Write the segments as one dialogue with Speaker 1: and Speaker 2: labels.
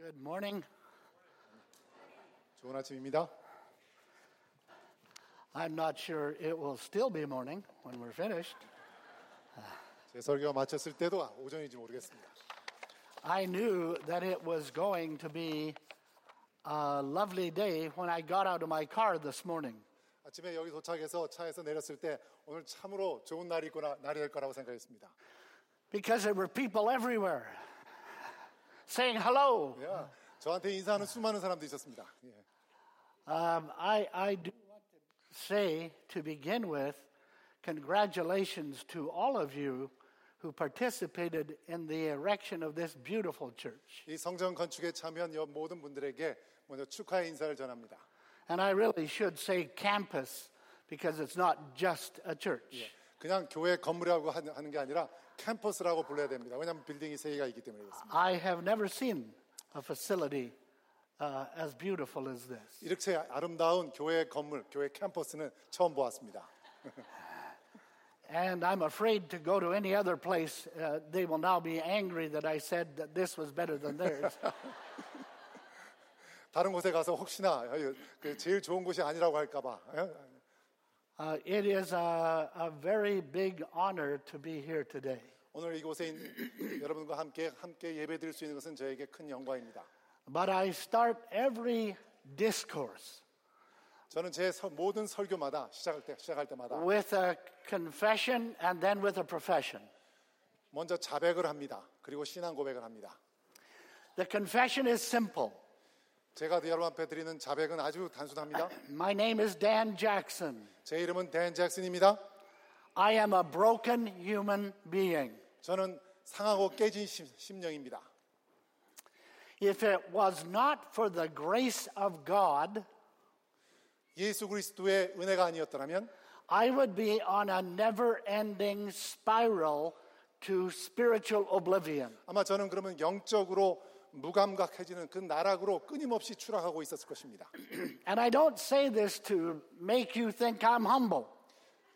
Speaker 1: Good morning.
Speaker 2: 좋은 아침입니다.
Speaker 1: I'm not sure it will still be morning when we're finished.
Speaker 2: 제 설교가 마쳤을 때도 오전인지 모르겠습니다.
Speaker 1: I knew that it was going to be a lovely day when I got out of my car this morning.
Speaker 2: 아침에 여기 도착해서 차에서 내렸을 때 오늘 참으로 좋은 날이 있구나 날이 될 거라고 생각했습니다.
Speaker 1: because there were people everywhere saying hello.
Speaker 2: 예, 저한테 인사하는 수많은 사람들이 있었습니다. 예.
Speaker 1: Um, I, I do want to say to begin with, congratulations to all of you who participated in the erection of this beautiful church.
Speaker 2: 이 성전 건축에 참여한 여- 모든 분들에게 먼저 축하의 인사를 전합니다.
Speaker 1: And I really should say campus because it's not just a church.
Speaker 2: 그냥 교회 건물이라고 하- 하는 게 아니라 캠퍼스라고 불러야 됩니다. 왜냐하면 빌딩이 세 개가 있기 때문에 그렇습니다.
Speaker 1: I have never seen a facility uh, as beautiful as this.
Speaker 2: 이렇게 아름다운 교회 건물, 교회 캠퍼스는 처음 보았습니다.
Speaker 1: And I'm afraid to go to any other place. Uh, they will now be angry that I said that this was better than theirs.
Speaker 2: 다른 곳에 가서 혹시나 그 제일 좋은 곳이 아니라고 할까봐 예?
Speaker 1: uh, it is a, a very big honor to be here today.
Speaker 2: 오늘 이곳에 있는 여러분과 함께 함께 예배드릴 수 있는 것은 저에게 큰 영광입니다.
Speaker 1: But I start every discourse
Speaker 2: 저는 제 서- 모든 설교마다 시작할 때 시작할 때마다
Speaker 1: with a confession and then with a profession.
Speaker 2: 먼저 자백을 합니다. 그리고 신앙 고백을 합니다.
Speaker 1: The confession is simple.
Speaker 2: 제가 여러분 앞에 드리는 자백은 아주 단순합니다.
Speaker 1: My name is Dan Jackson.
Speaker 2: 제 이름은 댄 잭슨입니다.
Speaker 1: I am a broken human being.
Speaker 2: 저는 상하고 깨진 심- 심령입니다.
Speaker 1: If it was not for the grace of God,
Speaker 2: 예수 그리스도의 은혜가 아니었더라면
Speaker 1: I would be on a never ending spiral to spiritual oblivion.
Speaker 2: 아마 저는 그러면 영적으로 무감각해지는 그 나락으로 끊임없이 추락하고 있었을 것입니다.
Speaker 1: And I don't say this to make you think I'm humble.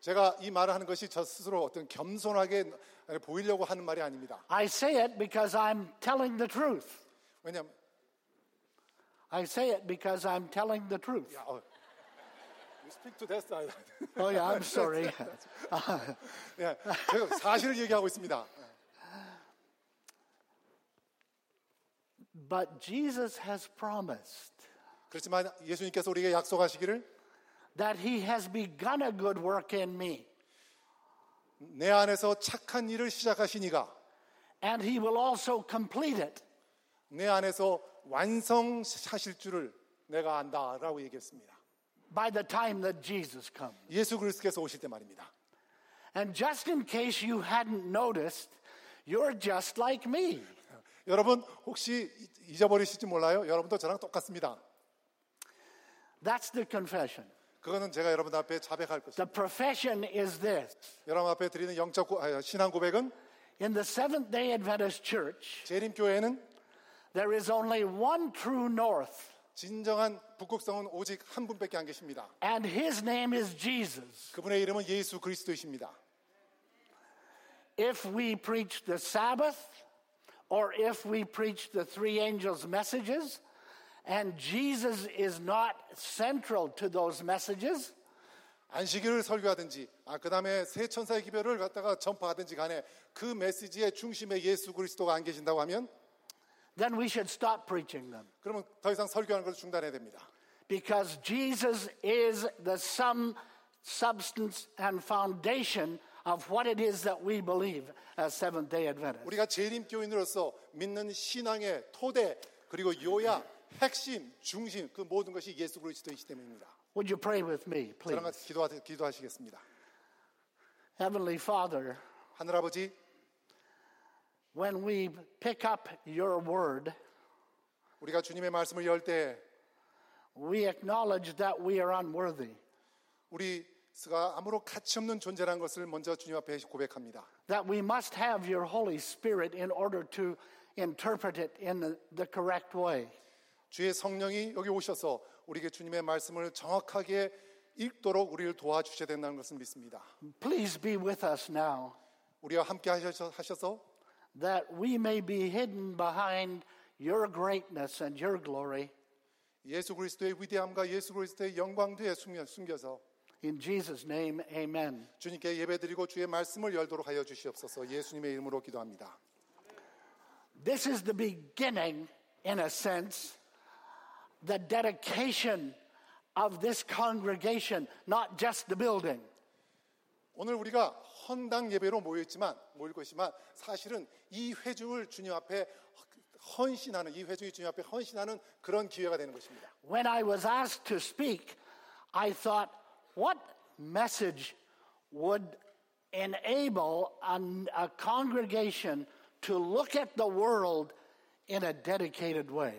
Speaker 2: 제가 이 말을 하는 것이 저 스스로 어떤 겸손하게 보이려고 하는 말이 아닙니다.
Speaker 1: I say it because I'm telling the truth.
Speaker 2: 왜냐면
Speaker 1: I say it because I'm telling the truth.
Speaker 2: 야, 어. You speak to that side.
Speaker 1: Oh, yeah, I'm sorry.
Speaker 2: 예, 제가 사실을 얘기하고 있습니다.
Speaker 1: but Jesus has promised
Speaker 2: 그렇지만 예수님께서 우리에게 약속하시기를
Speaker 1: that He has begun a good work in me,
Speaker 2: 내 안에서 착한 일을 시작하시니가
Speaker 1: and He will also complete it.
Speaker 2: 내 안에서 완성하실 줄을 내가 안다라고 얘기했습니다.
Speaker 1: By the time that Jesus comes.
Speaker 2: 예수 그리스께서 도 오실 때 말입니다.
Speaker 1: And just in case you hadn't noticed, you're just like me.
Speaker 2: 여러분 혹시 잊어버리실지 몰라요. 여러분도 저랑 똑같습니다.
Speaker 1: That's the confession.
Speaker 2: 그거는 제가 여러분 앞에 자백할 것입니다.
Speaker 1: The profession is this
Speaker 2: 여러분 앞에 드리는 영적 고- 아, 신앙 고백은
Speaker 1: In the Seventh day Adventist Church,
Speaker 2: 재림 교회는
Speaker 1: there is only one true North,
Speaker 2: 진정한 북극성은 오직 한 분밖에 안 계십니다.
Speaker 1: and his name is Jesus.
Speaker 2: 그분의 이름은 예수 그리스도이십니다.
Speaker 1: If we preach the Sabbath, or if we preach the three angels' messages, and Jesus is not central to those messages,
Speaker 2: 안식일을 설교하든지 아 그다음에 세 천사의 기별을 갖다가 전파하든지 간에 그 메시지의 중심에 예수 그리스도가 안 계신다고 하면
Speaker 1: then we should stop preaching them.
Speaker 2: 그러면 더 이상 설교하는 걸 중단해야 됩니다.
Speaker 1: because Jesus is the sum, substance, and foundation of what it is that we believe as Seventh day Adventists.
Speaker 2: 우리가 재림 교인으로서 믿는 신앙의 토대 그리고 요야 핵심 중심 그 모든 것이 예수 그리스도이기 때문입니다.
Speaker 1: Would you pray with me, please?
Speaker 2: 저랑 같이 기도하, 기도하시겠습니다.
Speaker 1: Heavenly Father,
Speaker 2: 하늘아버지
Speaker 1: when we pick up your word,
Speaker 2: 우리가 주님의 말씀을 열 때
Speaker 1: we acknowledge that we are unworthy,
Speaker 2: 우리가 아무로 가치 없는 존재라는 것을 먼저 주님 앞에 고백합니다.
Speaker 1: that we must have your Holy Spirit in order to interpret it in the, the correct way.
Speaker 2: 주의 성령이 여기 오셔서 우리에게 주님의 말씀을 정확하게 읽도록 우리를 도와주셔야 된다는 것을 믿습니다.
Speaker 1: Please be with us now
Speaker 2: 우리와 함께 하셔서, 하셔서
Speaker 1: that we may be hidden behind your greatness and your glory
Speaker 2: 예수 그리스도의 위대함과 예수 그리스도의 영광 뒤에 숨겨, 숨겨서
Speaker 1: in Jesus' name, amen.
Speaker 2: 주님께 예배드리고 주의 말씀을 열도록 하여 주시옵소서. 예수님의 이름으로 기도합니다.
Speaker 1: This is the beginning, in a sense, the dedication of this congregation, not just the building.
Speaker 2: 오늘 우리가 헌당 예배로 모였지만 모일 것이지만 사실은 이 회중을 주님 앞에 헌신하는 이 회중이 주님 앞에 헌신하는 그런 기회가 되는 것입니다.
Speaker 1: When I was asked to speak, I thought, what message would enable an, a congregation to look at the world in a dedicated way?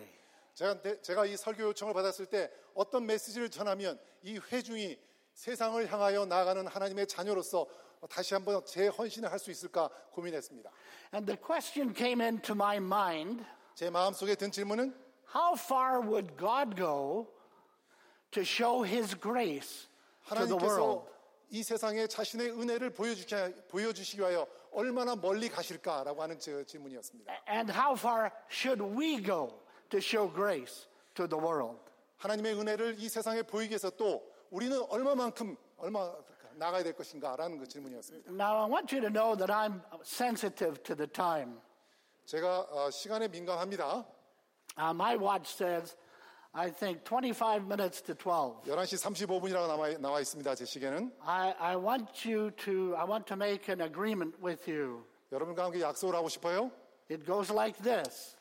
Speaker 2: 제가 내- 제가 이 설교 요청을 받았을 때 어떤 메시지를 전하면 이 회중이 세상을 향하여 나아가는 하나님의 자녀로서 다시 한번 제 헌신을 할 수 있을까 고민했습니다.
Speaker 1: And the question came into my mind
Speaker 2: 제 마음속에 든 질문은
Speaker 1: how far would God go to show his grace to the world?
Speaker 2: 하나님께서 이 세상에 자신의 은혜를 보여주시, 보여주시기 위하여 얼마나 멀리 가실까라고 하는 제 질문이었습니다.
Speaker 1: And how far should we go to show grace to the world?
Speaker 2: 하나님의 은혜를 이 세상에 보이기 위해서 또 우리는 얼마만큼 얼마 나가야 될 것인가라는 그 질문이었습니다.
Speaker 1: Now, I want you to know that I'm sensitive to the time.
Speaker 2: 제가 어, 시간에 민감합니다.
Speaker 1: Uh, my watch says, I think, 25 minutes to 12.
Speaker 2: 11시 35분이라고 남아, 나와 있습니다. 제 시계는
Speaker 1: I, I want you to, I want to make an agreement with you.
Speaker 2: 여러분과 함께 약속을 하고 싶어요.
Speaker 1: It goes like this.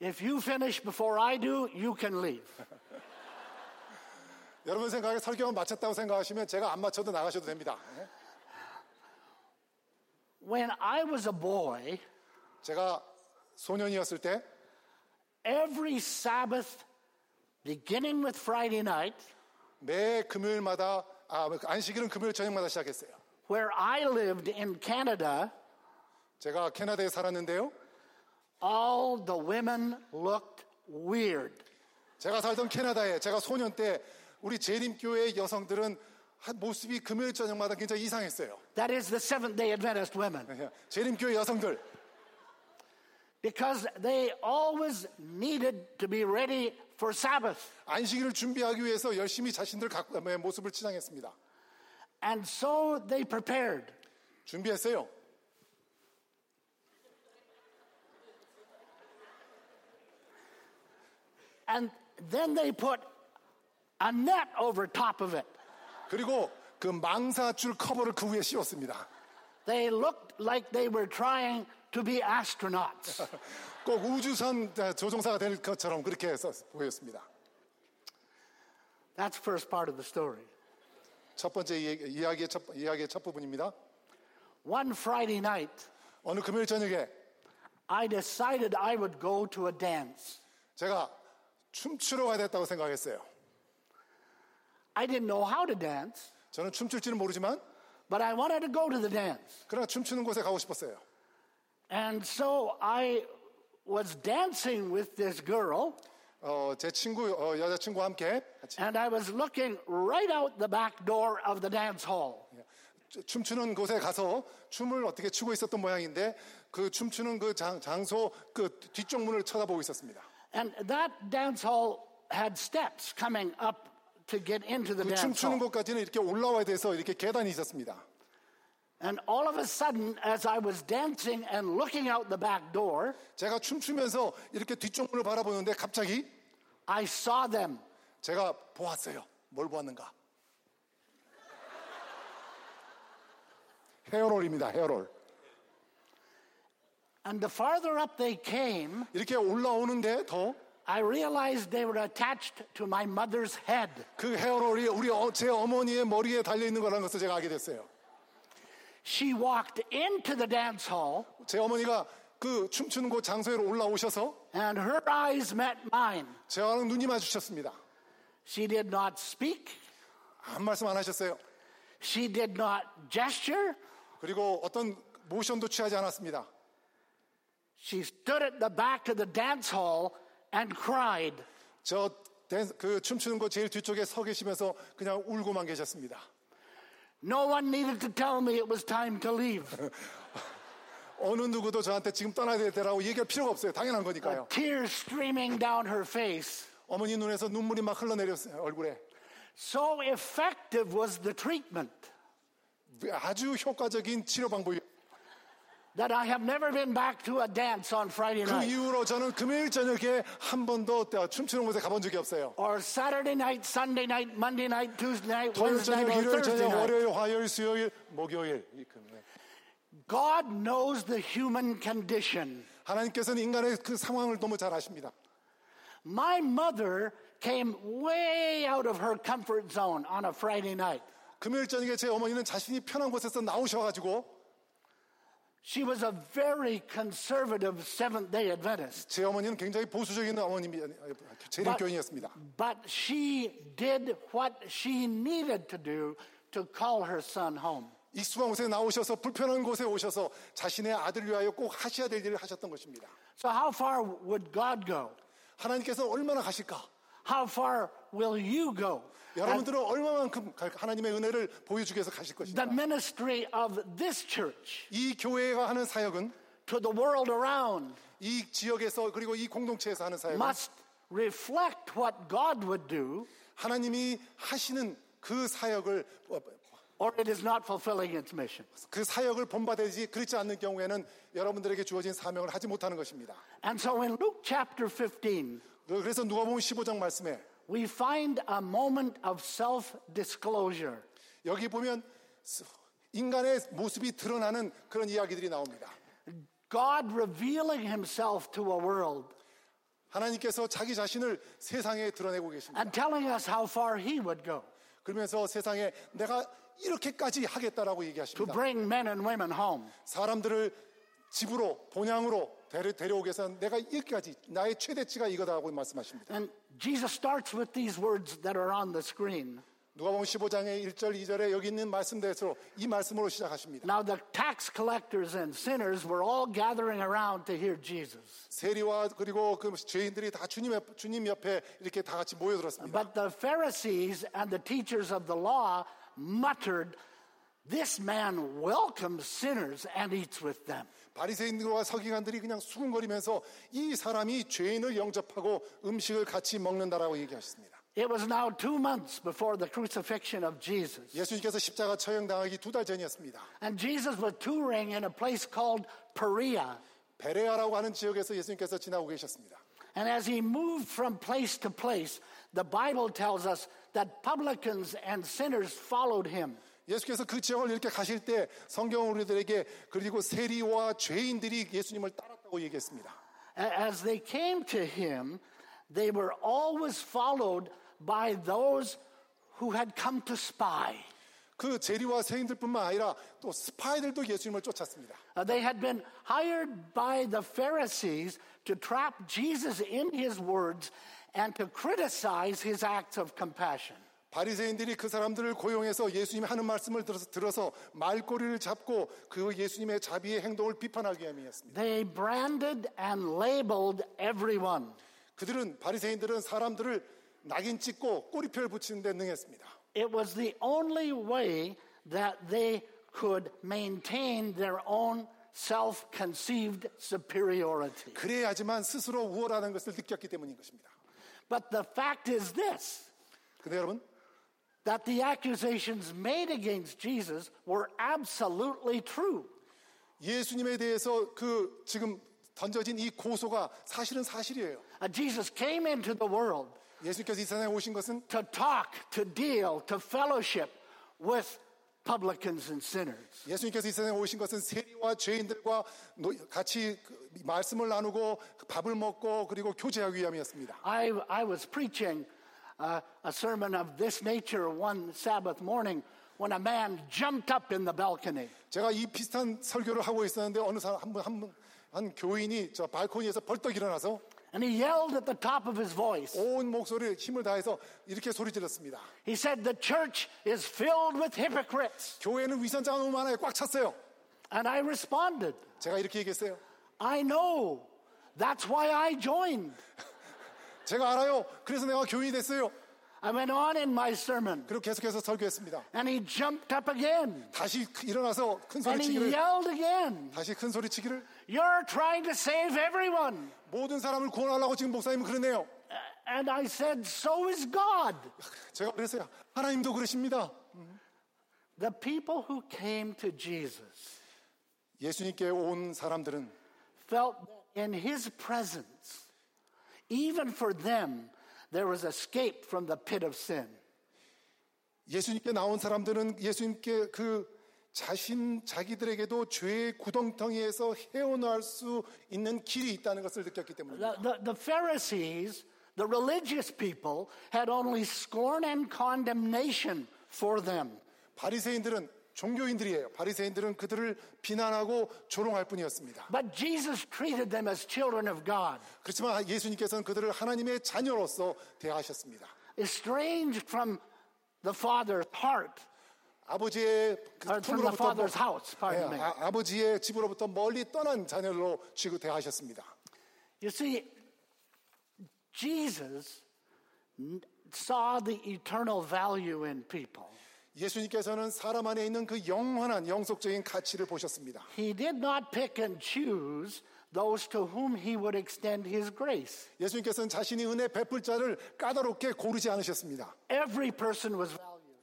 Speaker 1: If you finish before I do, you can leave.
Speaker 2: 여러분 생각에 설교만 마쳤다고 생각하시면 제가 안 맞춰도 나가셔도 됩니다. 네.
Speaker 1: When I was a boy,
Speaker 2: 제가 소년이었을 때
Speaker 1: every Sabbath, beginning with Friday night,
Speaker 2: 매 금요일마다 아, 안식일은 금요일 저녁마다 시작했어요.
Speaker 1: where I lived in Canada,
Speaker 2: 제가 캐나다에 살았는데요.
Speaker 1: all the women looked weird.
Speaker 2: 제가 살던 캐나다에 제가 소년 때 우리 재림교회 여성들은 한 모습이 금요일 저녁마다 굉장히 이상했어요.
Speaker 1: That is the Seventh day Adventist women.
Speaker 2: 재림교회 여성들
Speaker 1: because they always needed to be ready for Sabbath.
Speaker 2: 안식일을 준비하기 위해서 열심히 자신들 각- 모습을 치장했습니다.
Speaker 1: And so they prepared.
Speaker 2: 준비했어요.
Speaker 1: And then they put a net over top of it.
Speaker 2: 그리고 그 망사줄 커버를 그 위에 씌웠습니다.
Speaker 1: They looked like they were trying to be astronauts.
Speaker 2: 꼭 우주선 아, 조종사가 될 것처럼 그렇게 해서 보였습니다.
Speaker 1: That's first part of the story.
Speaker 2: 첫 번째 이야기- 이야기의 첫, 이야기의 첫 부분입니다.
Speaker 1: One Friday night,
Speaker 2: 어느 금요일 저녁에
Speaker 1: I decided I would go to a dance.
Speaker 2: 제가 춤추러 가야 됐다고 생각했어요.
Speaker 1: I didn't know how to dance,
Speaker 2: 저는 춤출지는 모르지만
Speaker 1: but I wanted to go to the dance.
Speaker 2: 그러나 춤추는 곳에 가고 싶었어요.
Speaker 1: And so I was dancing with this girl
Speaker 2: 어, 제 친구 어, 여자친구와 함께 같이
Speaker 1: And I was looking right out the back door of the dance hall.
Speaker 2: 추- 춤추는 곳에 가서 춤을 어떻게 추고 있었던 모양인데 그 춤추는 그 장, 장소 그 뒤쪽 문을 쳐다보고 있었습니다.
Speaker 1: And that dance hall had steps coming up to get into the
Speaker 2: 그
Speaker 1: dance
Speaker 2: 춤추는
Speaker 1: hall.
Speaker 2: 곳까지는 이렇게 올라와야 돼서 이렇게 계단이 있었습니다.
Speaker 1: And all of a sudden, as I was dancing and looking out the back door,
Speaker 2: 제가 춤추면서 이렇게 뒤쪽 문을 바라보는데 갑자기
Speaker 1: I saw them.
Speaker 2: 제가 보았어요. 뭘 보았는가? 헤어롤입니다. 헤어롤.
Speaker 1: And the farther up they came,
Speaker 2: 이렇게 올라오는데 더
Speaker 1: I realized they were attached to my mother's head.
Speaker 2: 그 헤어롤이 우리 어- 제 어머니의 머리에 달려 있는 거라는 것을 제가 알게 됐어요.
Speaker 1: She walked into the dance hall,
Speaker 2: 제 어머니가 그 춤추는 곳 장소에로 올라오셔서
Speaker 1: and her eyes met mine.
Speaker 2: 저랑 눈이 마주쳤습니다.
Speaker 1: She did not speak,
Speaker 2: 아무 말씀 안 하셨어요.
Speaker 1: she did not gesture.
Speaker 2: 그리고 어떤 모션도 취하지 않았습니다.
Speaker 1: She stood at the back of the dance hall and cried.
Speaker 2: 저 그 춤추는 곳 제일 뒤쪽에 서 계시면서 그냥 울고만 계셨습니다.
Speaker 1: No one needed to tell me it was time to leave.
Speaker 2: 어느 누구도 저한테 지금 떠나야 되라고 얘기할 필요가 없어요. 당연한 거니까요.
Speaker 1: tears streaming down her face.
Speaker 2: 어머니 눈에서 눈물이 막 흘러내렸어요. 얼굴에.
Speaker 1: So effective was the treatment
Speaker 2: 아주 효과적인 치료 방법이에요.
Speaker 1: that I have never been back to a dance on Friday
Speaker 2: 그
Speaker 1: night
Speaker 2: 이후로 저는 금요일 저녁에 한 번도 춤추는 곳에 가본 적이 없어요.
Speaker 1: or Saturday night, Sunday night, Monday night, Tuesday night,
Speaker 2: 토요일
Speaker 1: Wednesday
Speaker 2: 저녁,
Speaker 1: night, or
Speaker 2: 일요일
Speaker 1: Thursday
Speaker 2: 저녁,
Speaker 1: night.
Speaker 2: 월요일, 화요일, 수요일, 목요일. 이 금요일.
Speaker 1: God knows the human condition.
Speaker 2: 하나님께서는 인간의 그 상황을 너무 잘 아십니다.
Speaker 1: My mother came way out of her comfort zone on a Friday night.
Speaker 2: 금요일 저녁에 제 어머니는 자신이 편한 곳에서 나오셔가지고
Speaker 1: She was a very conservative Seventh day Adventist,
Speaker 2: 제 어머니는 굉장히 보수적인 어머님이 재림교인이었습니다.
Speaker 1: but she did what she needed to do to call her son home.
Speaker 2: 익숙한 곳에 나오셔서 불편한 곳에 오셔서 자신의 아들 위하여 꼭 하셔야 될 일을 하셨던 것입니다.
Speaker 1: So, how far would God go?
Speaker 2: 하나님께서 얼마나 가실까?
Speaker 1: How far will you go?
Speaker 2: 여러분들은 얼마만큼 가- 하나님의 은혜를 보여주기 위해서 가실
Speaker 1: The
Speaker 2: 것인가?
Speaker 1: ministry of this church
Speaker 2: 이 교회가 하는 사역은
Speaker 1: to the world around
Speaker 2: 이 지역에서 그리고 이 공동체에서 하는 사역은
Speaker 1: must reflect what God would do,
Speaker 2: 하나님이 하시는 그 사역을
Speaker 1: or it is not fulfilling its mission.
Speaker 2: 그 사역을 본받아야지 그렇지 않는 경우에는 여러분들에게 주어진 사명을 하지 못하는 것입니다.
Speaker 1: And so in Luke chapter 15,
Speaker 2: 그래서 누가복음 15장 말씀에
Speaker 1: we find a moment of self disclosure.
Speaker 2: 여기 보면 인간의 모습이 드러나는 그런 이야기들이 나옵니다.
Speaker 1: God revealing himself to a world
Speaker 2: 하나님께서 자기 자신을 세상에 드러내고 계십니다.
Speaker 1: and telling us how far he would go
Speaker 2: 그러면서 세상에 내가 이렇게까지 하겠다라고
Speaker 1: to
Speaker 2: 얘기하십니다.
Speaker 1: bring men and women home.
Speaker 2: 사람들을 집으로 본향으로 데려, 데려오기 위해서 내가 이렇게까지 나의 최대치가 이거다라고 말씀하십니다.
Speaker 1: And Jesus starts with these words that are on the screen.
Speaker 2: 누가복음 15장의 1절 2절에 여기 있는 말씀대로 이 말씀으로 시작하십니다.
Speaker 1: Now, the tax collectors and sinners were all gathering around to hear Jesus.
Speaker 2: 세리와 그리고 그 죄인들이 다 주님 옆, 주님 옆에 이렇게 다 같이 모여들었습니다.
Speaker 1: But the Pharisees and the teachers of the law muttered, This man welcomes sinners and eats with them.
Speaker 2: 바리새인들과 서기관들이 그냥 수군거리면서 이 사람이 죄인을 영접하고 음식을 같이 먹는다라고 얘기하셨습니다.
Speaker 1: It was now two months before the crucifixion of Jesus.
Speaker 2: 예수님께서 십자가 처형당하기 두 달 전이었습니다.
Speaker 1: And Jesus was touring in a place called Perea.
Speaker 2: 베레아라고 하는 지역에서 예수님께서 지나고 계셨습니다.
Speaker 1: And as he moved from place to place, the Bible tells us that publicans and sinners followed him.
Speaker 2: 예수께서 그 지역을 이렇게 가실 때 성경은 우리들에게 그리고 세리와 죄인들이 예수님을 따랐다고 얘기했습니다.
Speaker 1: A- As they came to him, they were always followed by those who had come to spy.
Speaker 2: 그 재리와 세인들뿐만 아니라 또 스파이들도 예수님을 쫓았습니다.
Speaker 1: Uh, They had been hired by the Pharisees to trap Jesus in his words and to criticize his acts of compassion.
Speaker 2: 바리새인들이 그 사람들을 고용해서 예수님이 하는 말씀을 들어서, 들어서 말꼬리를 잡고 그 예수님의 자비의 행동을 비판하기 위함이었습니다.
Speaker 1: They branded and labeled everyone.
Speaker 2: 그들은 바리새인들은 사람들을 낙인 찍고 꼬리표를 붙이는 데 능했습니다.
Speaker 1: It was the only way that they could maintain their own self conceived superiority.
Speaker 2: 그래야지만 스스로 우월하는 것을 느꼈기 때문인 것입니다.
Speaker 1: But the fact is this
Speaker 2: 근데 여러분
Speaker 1: that the accusations made against Jesus were absolutely true.
Speaker 2: 예수님에 대해서 그 지금 던져진 이 고소가 사실은 사실이에요.
Speaker 1: Uh, Jesus came into the world
Speaker 2: 예수님께서 이 세상에 오신 것은
Speaker 1: to talk, to deal, to fellowship with publicans and sinners.
Speaker 2: 예수님께서 이 세상에 오신 것은 세리와 죄인들과 노- 같이 그 말씀을 나누고 밥을 먹고 그리고 교제하기 위함이었습니다.
Speaker 1: I, I was preaching uh, a sermon of this nature one Sabbath morning when a man jumped up in the balcony.
Speaker 2: 제가 이 비슷한 설교를 하고 있었는데 어느 사람 한 분 한 분, 한 교인이 저 발코니에서 벌떡 일어나서
Speaker 1: And he yelled at the top of his voice.
Speaker 2: 온 목소리를 힘을 다해서 이렇게 소리 질렀습니다.
Speaker 1: He said, The church is filled with hypocrites.
Speaker 2: 교회는 위선자가 너무 많아요. 꽉 찼어요.
Speaker 1: And I responded,
Speaker 2: 제가 이렇게 얘기했어요.
Speaker 1: I know. That's why I joined.
Speaker 2: 제가 알아요. 그래서 내가 교인이 됐어요.
Speaker 1: I went on in my sermon
Speaker 2: 그리고 계속해서 설교했습니다.
Speaker 1: and he jumped up again
Speaker 2: 다시 일어나서 큰
Speaker 1: and he
Speaker 2: 소리치기를
Speaker 1: yelled again.
Speaker 2: 다시 큰 소리치기를
Speaker 1: You're trying to save everyone.
Speaker 2: 모든 사람을 구원하려고 지금 목사님은 그러네요.
Speaker 1: And I said, So is God.
Speaker 2: 제가 그랬어요. 하나님도 그러십니다.
Speaker 1: The people who came to Jesus
Speaker 2: 예수님께 온 사람들은
Speaker 1: felt that in his presence, even for them, there was escape from the pit of sin.
Speaker 2: 예수님께 나온 사람들은 예수님께 그 자신 자기들에게도 죄의 구덩텅이에서 헤어나올 수 있는 길이 있다는 것을 느꼈기 때문입니다.
Speaker 1: The, the, the Pharisees, the religious people, had only scorn and condemnation for them.
Speaker 2: 바리새인들은 종교인들이에요. 바리새인들은 그들을 비난하고 조롱할 뿐이었습니다.
Speaker 1: But Jesus treated them as children of God,
Speaker 2: 그렇지만 예수님께서는 그들을 하나님의 자녀로서 대하셨습니다.
Speaker 1: estranged from the Father's heart,
Speaker 2: 아버지의
Speaker 1: or
Speaker 2: 그
Speaker 1: from the
Speaker 2: 품으로부터
Speaker 1: Father's house,
Speaker 2: 예,
Speaker 1: pardon me.
Speaker 2: 아, 아버지의 집으로부터 멀리 떠난 자녀로 취급대하셨습니다.
Speaker 1: You see, Jesus n- saw the eternal value in people.
Speaker 2: 예수님께서는 사람 안에 있는 그 영원한 영속적인 가치를 보셨습니다.
Speaker 1: He did not pick and choose those to whom he would extend his grace.
Speaker 2: 예수님께서는 자신이 은혜 베풀 자를 까다롭게 고르지 않으셨습니다.
Speaker 1: Every person was valuable,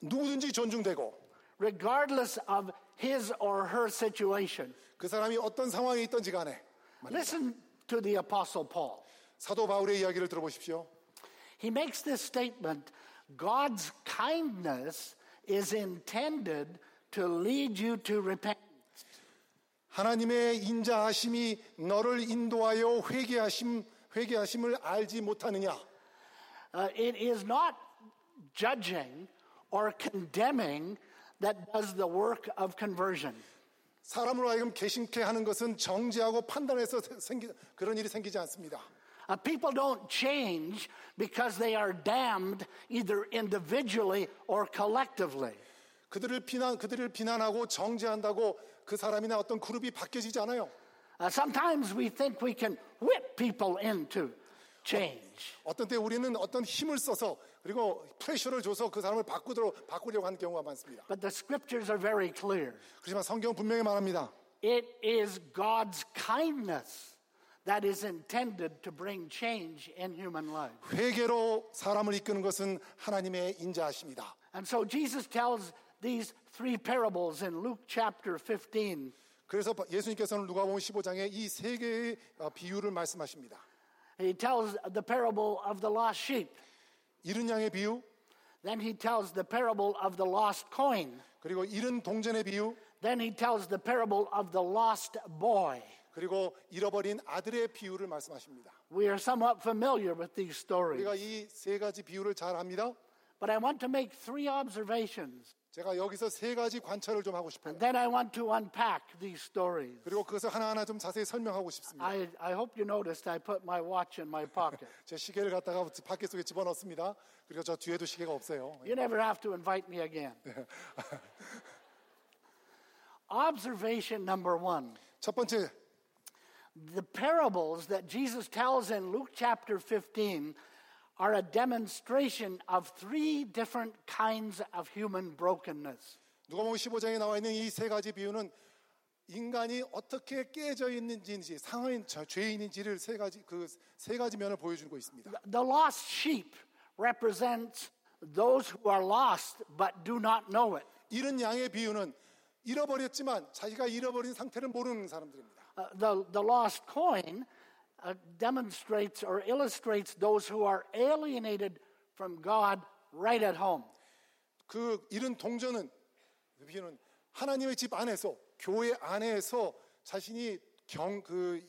Speaker 2: 누구든지 존중되고
Speaker 1: regardless of his or her situation.
Speaker 2: 그 사람이 어떤 상황에 있든지 간에
Speaker 1: Listen to the Apostle Paul.
Speaker 2: 사도 바울의 이야기를 들어보십시오.
Speaker 1: He makes this statement God's kindness is intended to lead you to repentance.
Speaker 2: 하나님의 인자하심이 너를 인도하여 회개하심 회개하심을 알지 못하느냐?
Speaker 1: Uh, it is not judging or condemning that does the work of conversion.
Speaker 2: 사람으로 하여금 개심케 하는 것은 정죄하고 판단해서 생기, 그런 일이 생기지 않습니다.
Speaker 1: Uh, people don't change because they are damned either individually or collectively.
Speaker 2: 그들을 비난 그들을 비난하고 정죄한다고 그 사람이나 어떤 그룹이 바뀌어지지 않아요.
Speaker 1: Uh, sometimes we think we can whip people into change.
Speaker 2: 어떤 때 우리는 어떤 힘을 써서 그리고 프레셔를 줘서 그 사람을 바꾸도록 바꾸려고 하는 경우가 많습니다.
Speaker 1: But the scriptures are very clear.
Speaker 2: 그렇지만 성경 은 분명히 말합니다.
Speaker 1: It is God's kindness that is intended to bring change in human life.
Speaker 2: 회개로 사람을 이끄는 것은 하나님의 인자하십니다.
Speaker 1: And so Jesus tells these three parables in Luke chapter 15.
Speaker 2: 그래서 예수님께서는 누가복음 15장에 이 세 개의 어, 비유를 말씀하십니다.
Speaker 1: He tells the parable of the lost sheep,
Speaker 2: 이른 양의 비유,
Speaker 1: then he tells the parable of the lost coin,
Speaker 2: 그리고 이른 동전의 비유,
Speaker 1: then he tells the parable of the lost boy.
Speaker 2: 그리고 잃어버린 아들의 비유를 말씀하십니다.
Speaker 1: We are somewhat familiar with these stories,
Speaker 2: 우리가 이 세 가지 비유를 잘 합니다.
Speaker 1: but I want to make three observations,
Speaker 2: 제가 여기서 세 가지 관찰을 좀 하고 싶어요.
Speaker 1: and then I want to unpack these stories.
Speaker 2: 그리고 그것을 하나하나 좀 자세히 설명하고 싶습니다.
Speaker 1: I, I hope you noticed I put my watch in my pocket.
Speaker 2: 제 시계를 갖다가 밖에 속에 집어넣습니다. 그리고 저 뒤에도 시계가 없어요.
Speaker 1: You never have to invite me again. Observation number one
Speaker 2: 첫 번째,
Speaker 1: the parables that Jesus tells in Luke chapter 15 are a demonstration of three different kinds of human brokenness.
Speaker 2: 누가복음 15장에 나와 있는 이 세 가지 비유는 인간이 어떻게 깨져 있는지, 상하인 저- 죄인인지를 세 가지 그 세 가지 면을 보여주고 있습니다.
Speaker 1: The lost sheep represents those who are lost but do not know it.
Speaker 2: 잃은 양의 비유는 잃어버렸지만 자기가 잃어버린 상태를 모르는 사람들입니다.
Speaker 1: Uh, the, the lost coin uh, demonstrates or illustrates those who are alienated from God right at home.
Speaker 2: 그 잃은 동전은 그 비유는 하나님의 집 안에서 교회 안에서 자신이 경 그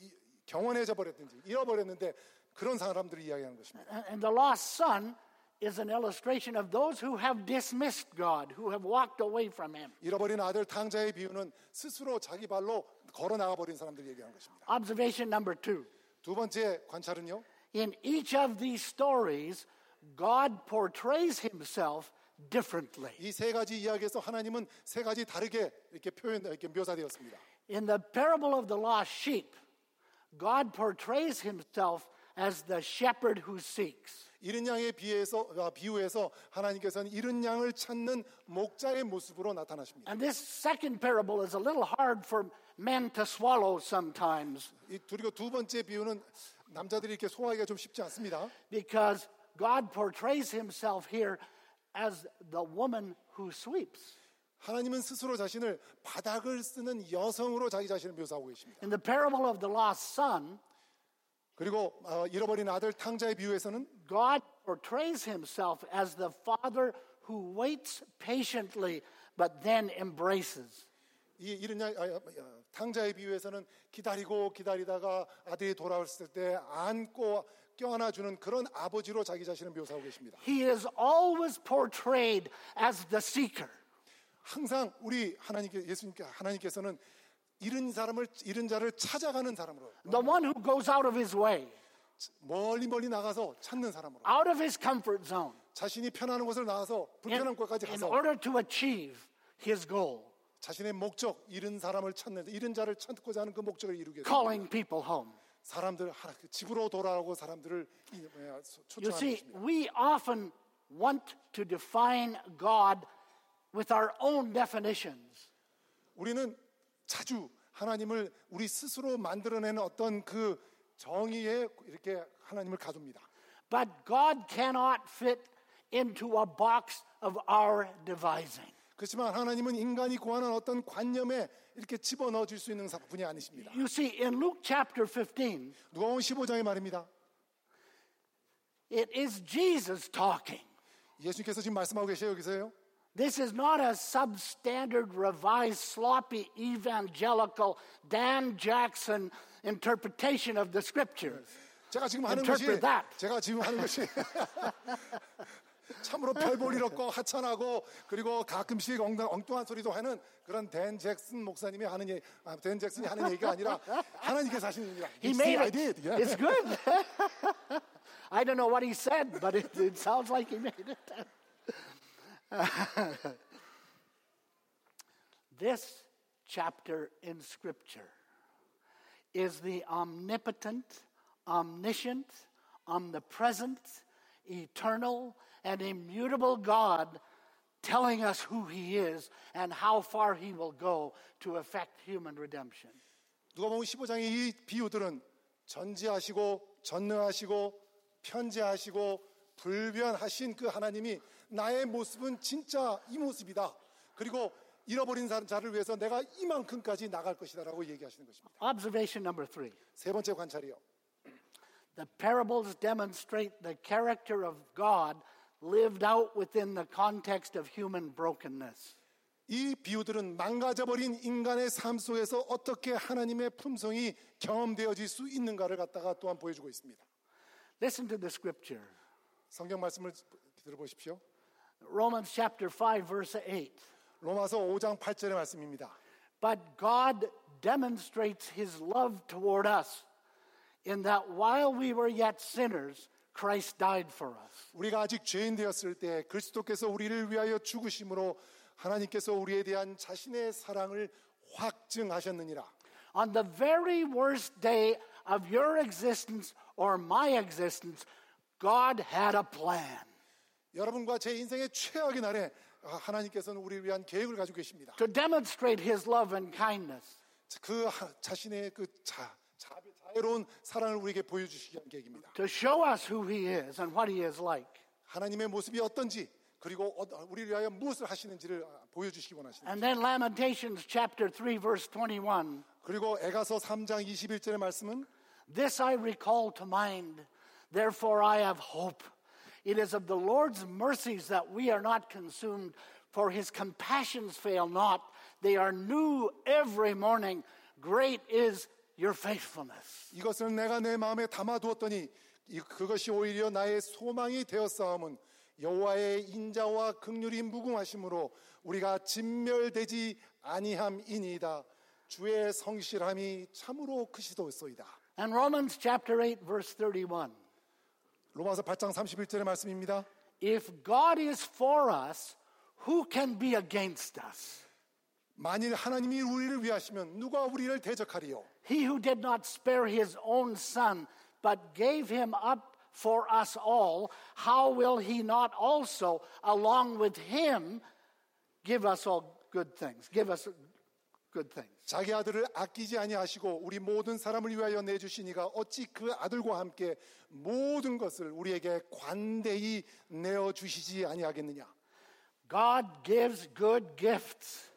Speaker 2: 경원해져 버렸든지 잃어버렸는데 그런 사람들을 이야기하는 것입니다.
Speaker 1: And- And the lost son is an illustration of those who have dismissed God, who have walked away from him.
Speaker 2: 잃어버린 아들 탕자의 비유는 스스로 자기 발로 걸어 나가 버린 사람들 얘기하는 것입니다.
Speaker 1: Observation number two
Speaker 2: 두 번째 관찰은요.
Speaker 1: In each of these stories, God portrays himself differently.
Speaker 2: 이 세 가지 이야기에서 하나님은 세 가지 다르게 이렇게 표현 이렇게 묘사되었습니다.
Speaker 1: In the parable of the lost sheep, God portrays himself as the shepherd who seeks.
Speaker 2: 이른 양에 비해서 아, 비유해서 하나님께서는 이른 양을 찾는 목자의 모습으로 나타나십니다.
Speaker 1: And this second parable is a little hard for men to swallow sometimes
Speaker 2: 이 그리고 두 번째 비유는 남자들이 이렇게 소화하기가 좀 쉽지 않습니다.
Speaker 1: because God portrays himself here as the woman who sweeps.
Speaker 2: 하나님은 스스로 자신을 바닥을 쓰는 여성으로 자기 자신을 묘사하고 계십니다.
Speaker 1: In the parable of the lost son,
Speaker 2: 그리고 어, 잃어버린 아들 탕자의 비유에서는
Speaker 1: God portrays himself as the father who waits patiently but then embraces.
Speaker 2: 이 이른 양 아, 아, 아, 탕자의 비유에서는 기다리고 기다리다가 아들이 돌아왔을 때 안고 껴안아 주는 그런 아버지로 자기 자신을 묘사하고 계십니다.
Speaker 1: He is always portrayed as the seeker.
Speaker 2: 항상 우리 하나님께 예수님께 하나님께서는 잃은 사람을 잃은 자를 찾아가는 사람으로
Speaker 1: The one who goes out of his way,
Speaker 2: 멀리 멀리 나가서 찾는 사람으로
Speaker 1: out of his comfort zone,
Speaker 2: 자신이 편안한 곳을 나가서
Speaker 1: in,
Speaker 2: 불편한 곳까지
Speaker 1: in
Speaker 2: 가서
Speaker 1: order to achieve his goal,
Speaker 2: 자신의 목적 잃은 사람을 찾는 잃은 자를 찾고자 하는 그 목적을 이루게 됩니다.
Speaker 1: calling people home.
Speaker 2: 사람들 하나 그 집으로 돌아오고 사람들을 이- 뭐야, 소-
Speaker 1: You
Speaker 2: 초청하는
Speaker 1: see,
Speaker 2: 것입니다.
Speaker 1: we often want to define God with our own definitions.
Speaker 2: 우리는 자주 하나님을 우리 스스로 만들어내는 어떤 그 정의에 이렇게 하나님을 가둡니다.
Speaker 1: But God cannot fit into a box of our devising.
Speaker 2: 그렇지만 하나님은 인간이 구하는 어떤 관념에 이렇게 집어넣어 줄 수 있는 사- 분이 아니십니다.
Speaker 1: You see, in Luke chapter 15,
Speaker 2: 누가복음 15장의 말입니다.
Speaker 1: it is Jesus talking.
Speaker 2: 예수님께서 지금 말씀하고 계세요, 여기서요.
Speaker 1: This is not a substandard, revised, sloppy, evangelical Dan Jackson interpretation of the scriptures.
Speaker 2: 제가 지금 하는 것이
Speaker 1: Interpret that.
Speaker 2: 제가 지금 하는 것이 참으로 별볼 일 없고 하찮하고 그리고 가끔씩 엉뚱, 엉뚱한 소리도 하는 그런 댄 잭슨 목사님이 하는 얘기, 아, 댄 잭슨이 하는 얘기가 아니라 하나님께서 하시는 얘기라.
Speaker 1: He
Speaker 2: You
Speaker 1: made
Speaker 2: see, I
Speaker 1: it.
Speaker 2: did. Yeah.
Speaker 1: It's good. I don't know what he said, but it, it sounds like he made it. this chapter in Scripture is the omnipotent, omniscient, omnipresent, eternal, and immutable God telling us who he is and how far he will go to effect human redemption.
Speaker 2: 누가복음 15장의 이 비유들은 전지하시고 전능하시고 편재하시고 불변하신 그 하나님이 나의 모습은 진짜 이 모습이다. 그리고 잃어버린 사- 자를 위해서 내가 이만큼까지 나갈 것이다라고 얘기하시는 것입니다.
Speaker 1: Observation number three.
Speaker 2: 세 번째 관찰이요.
Speaker 1: The parables demonstrate the character of God lived out within the context of human brokenness.
Speaker 2: 이 비유들은 망가져버린 인간의 삶 속에서 어떻게 하나님의 품성이 경험되어질 수 있는가를 갖다가 또한 보여주고 있습니다.
Speaker 1: Listen to the scripture
Speaker 2: 성경 말씀을 들어보십시오.
Speaker 1: Romans chapter 5, verse 8.
Speaker 2: 로마서 5장 8절의 말씀입니다.
Speaker 1: But God demonstrates his love toward us in that while we were yet sinners, Christ died for us.
Speaker 2: 우리가 아직 죄인 되었을 때 그리스도께서 우리를 위하여 죽으심으로 하나님께서 우리에 대한 자신의 사랑을 확증하셨느니라.
Speaker 1: On the very worst day of your existence or my existence, God had a plan.
Speaker 2: 여러분과 제 인생의 최악의 날에 아, 하나님께서는 우리를 위한 계획을 가지고 계십니다.
Speaker 1: to demonstrate his love and kindness.
Speaker 2: 그 하- 자신의 그 자, 자, 자애로운 사랑을 우리에게 보여주시기 위한 계획입니다.
Speaker 1: to show us who he is and what he is like.
Speaker 2: 하나님의 모습이 어떤지 그리고 어- 우리를 위하여 무엇을 하시는지를 아, 보여주시기 원하십니다.
Speaker 1: And then Lamentations chapter 3 verse 21,
Speaker 2: 그리고 에가서 3장 21절의 말씀은
Speaker 1: this I recall to mind, therefore I have hope. It is of the Lord's mercies that we are not consumed, for his compassions fail not. They are new every morning. Great is your faithfulness.
Speaker 2: 이것을 내가 내 마음에 담아두었더니 이- 그것이 오히려 나의 소망이 되었사함은 여호와의 인자와 긍휼이 무궁하심으로 우리가 진멸되지 아니함이니이다. 주의 성실함이 참으로 크시도소이다.
Speaker 1: And Romans chapter 8 verse 31.
Speaker 2: 로마서 8장 31절의 말씀입니다.
Speaker 1: If God is for us, who can be against us?
Speaker 2: 만일 하나님이 우리를 위하시면 누가 우리를 대적하리요?
Speaker 1: He who did not spare his own son, but gave him up for us all, how will he not also, along with him, give us all good things? Give us good things.
Speaker 2: 자기 아들을 아끼지 아니하시고 우리 모든 사람을 위하여 내주시니가 어찌 그 아들과 함께 모든 것을 우리에게 관대히 내어 주시지 아니하겠느냐.
Speaker 1: God gives good gifts,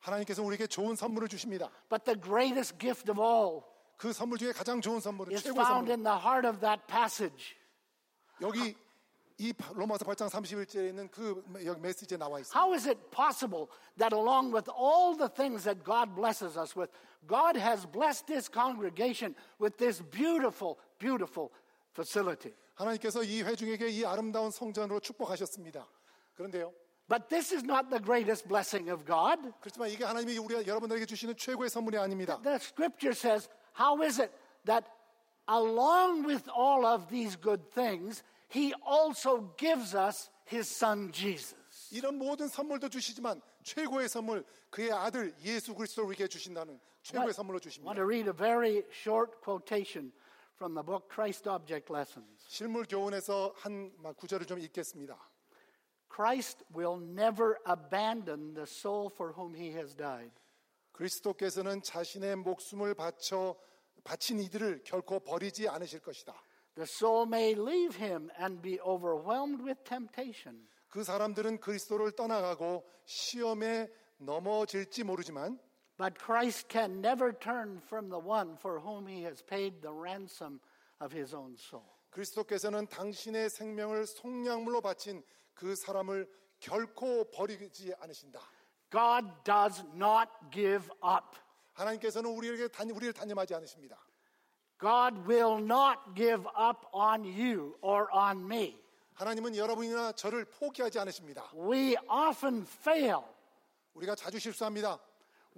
Speaker 2: 하나님께서 우리에게 좋은 선물을 주십니다.
Speaker 1: but the greatest gift of all
Speaker 2: 그 선물 중에 가장 좋은 선물은
Speaker 1: is
Speaker 2: 최고의
Speaker 1: found
Speaker 2: 선물.
Speaker 1: in the heart of that passage.
Speaker 2: 여기 이 바- 로마서 8장 31절에 있는 그 여기 메시지에 나와 있습니다.
Speaker 1: How is it possible that, along with all the things that God blesses us with, God has blessed this congregation with this beautiful, beautiful facility?
Speaker 2: 하나님께서 이 회중에게 이 아름다운 성전으로 축복하셨습니다. 그런데요.
Speaker 1: But this is not the greatest blessing of God.
Speaker 2: 그렇지만 이게 하나님이 우리 여러분들에게 주시는 최고의 선물이 아닙니다.
Speaker 1: The scripture says, How is it that, along with all of these good things, He also gives us His Son Jesus?
Speaker 2: 이런 모든 선물도 주시지만 최고의 선물 그의 아들 예수 그리스도에게 주신다는 최고의
Speaker 1: I
Speaker 2: 선물로
Speaker 1: want
Speaker 2: 주십니다.
Speaker 1: to read a very short quotation from the book Christ Object Lessons.
Speaker 2: 실물 교훈에서 한 구절을 좀 읽겠습니다.
Speaker 1: Christ will never abandon the soul for whom he has died.
Speaker 2: 그리스도께서는 자신의 목숨을 바쳐 바친 이들을 결코 버리지 않으실 것이다.
Speaker 1: The soul may leave him and be overwhelmed with temptation,
Speaker 2: 그 사람들은 그리스도를 떠나가고 시험에 넘어질지 모르지만
Speaker 1: but Christ can never turn from the one for whom he has paid the ransom of his own soul.
Speaker 2: 그리스도께서는 당신의 생명을 속량물로 바친 그 사람을 결코 버리지 않으신다.
Speaker 1: God does not give up.
Speaker 2: 하나님께서는 우리에게 단, 우리를 단념하지 않으십니다.
Speaker 1: God will not give up on you or on me.
Speaker 2: 하나님은 여러분이나 저를 포기하지 않으십니다.
Speaker 1: We often fail.
Speaker 2: 우리가 자주 실수합니다.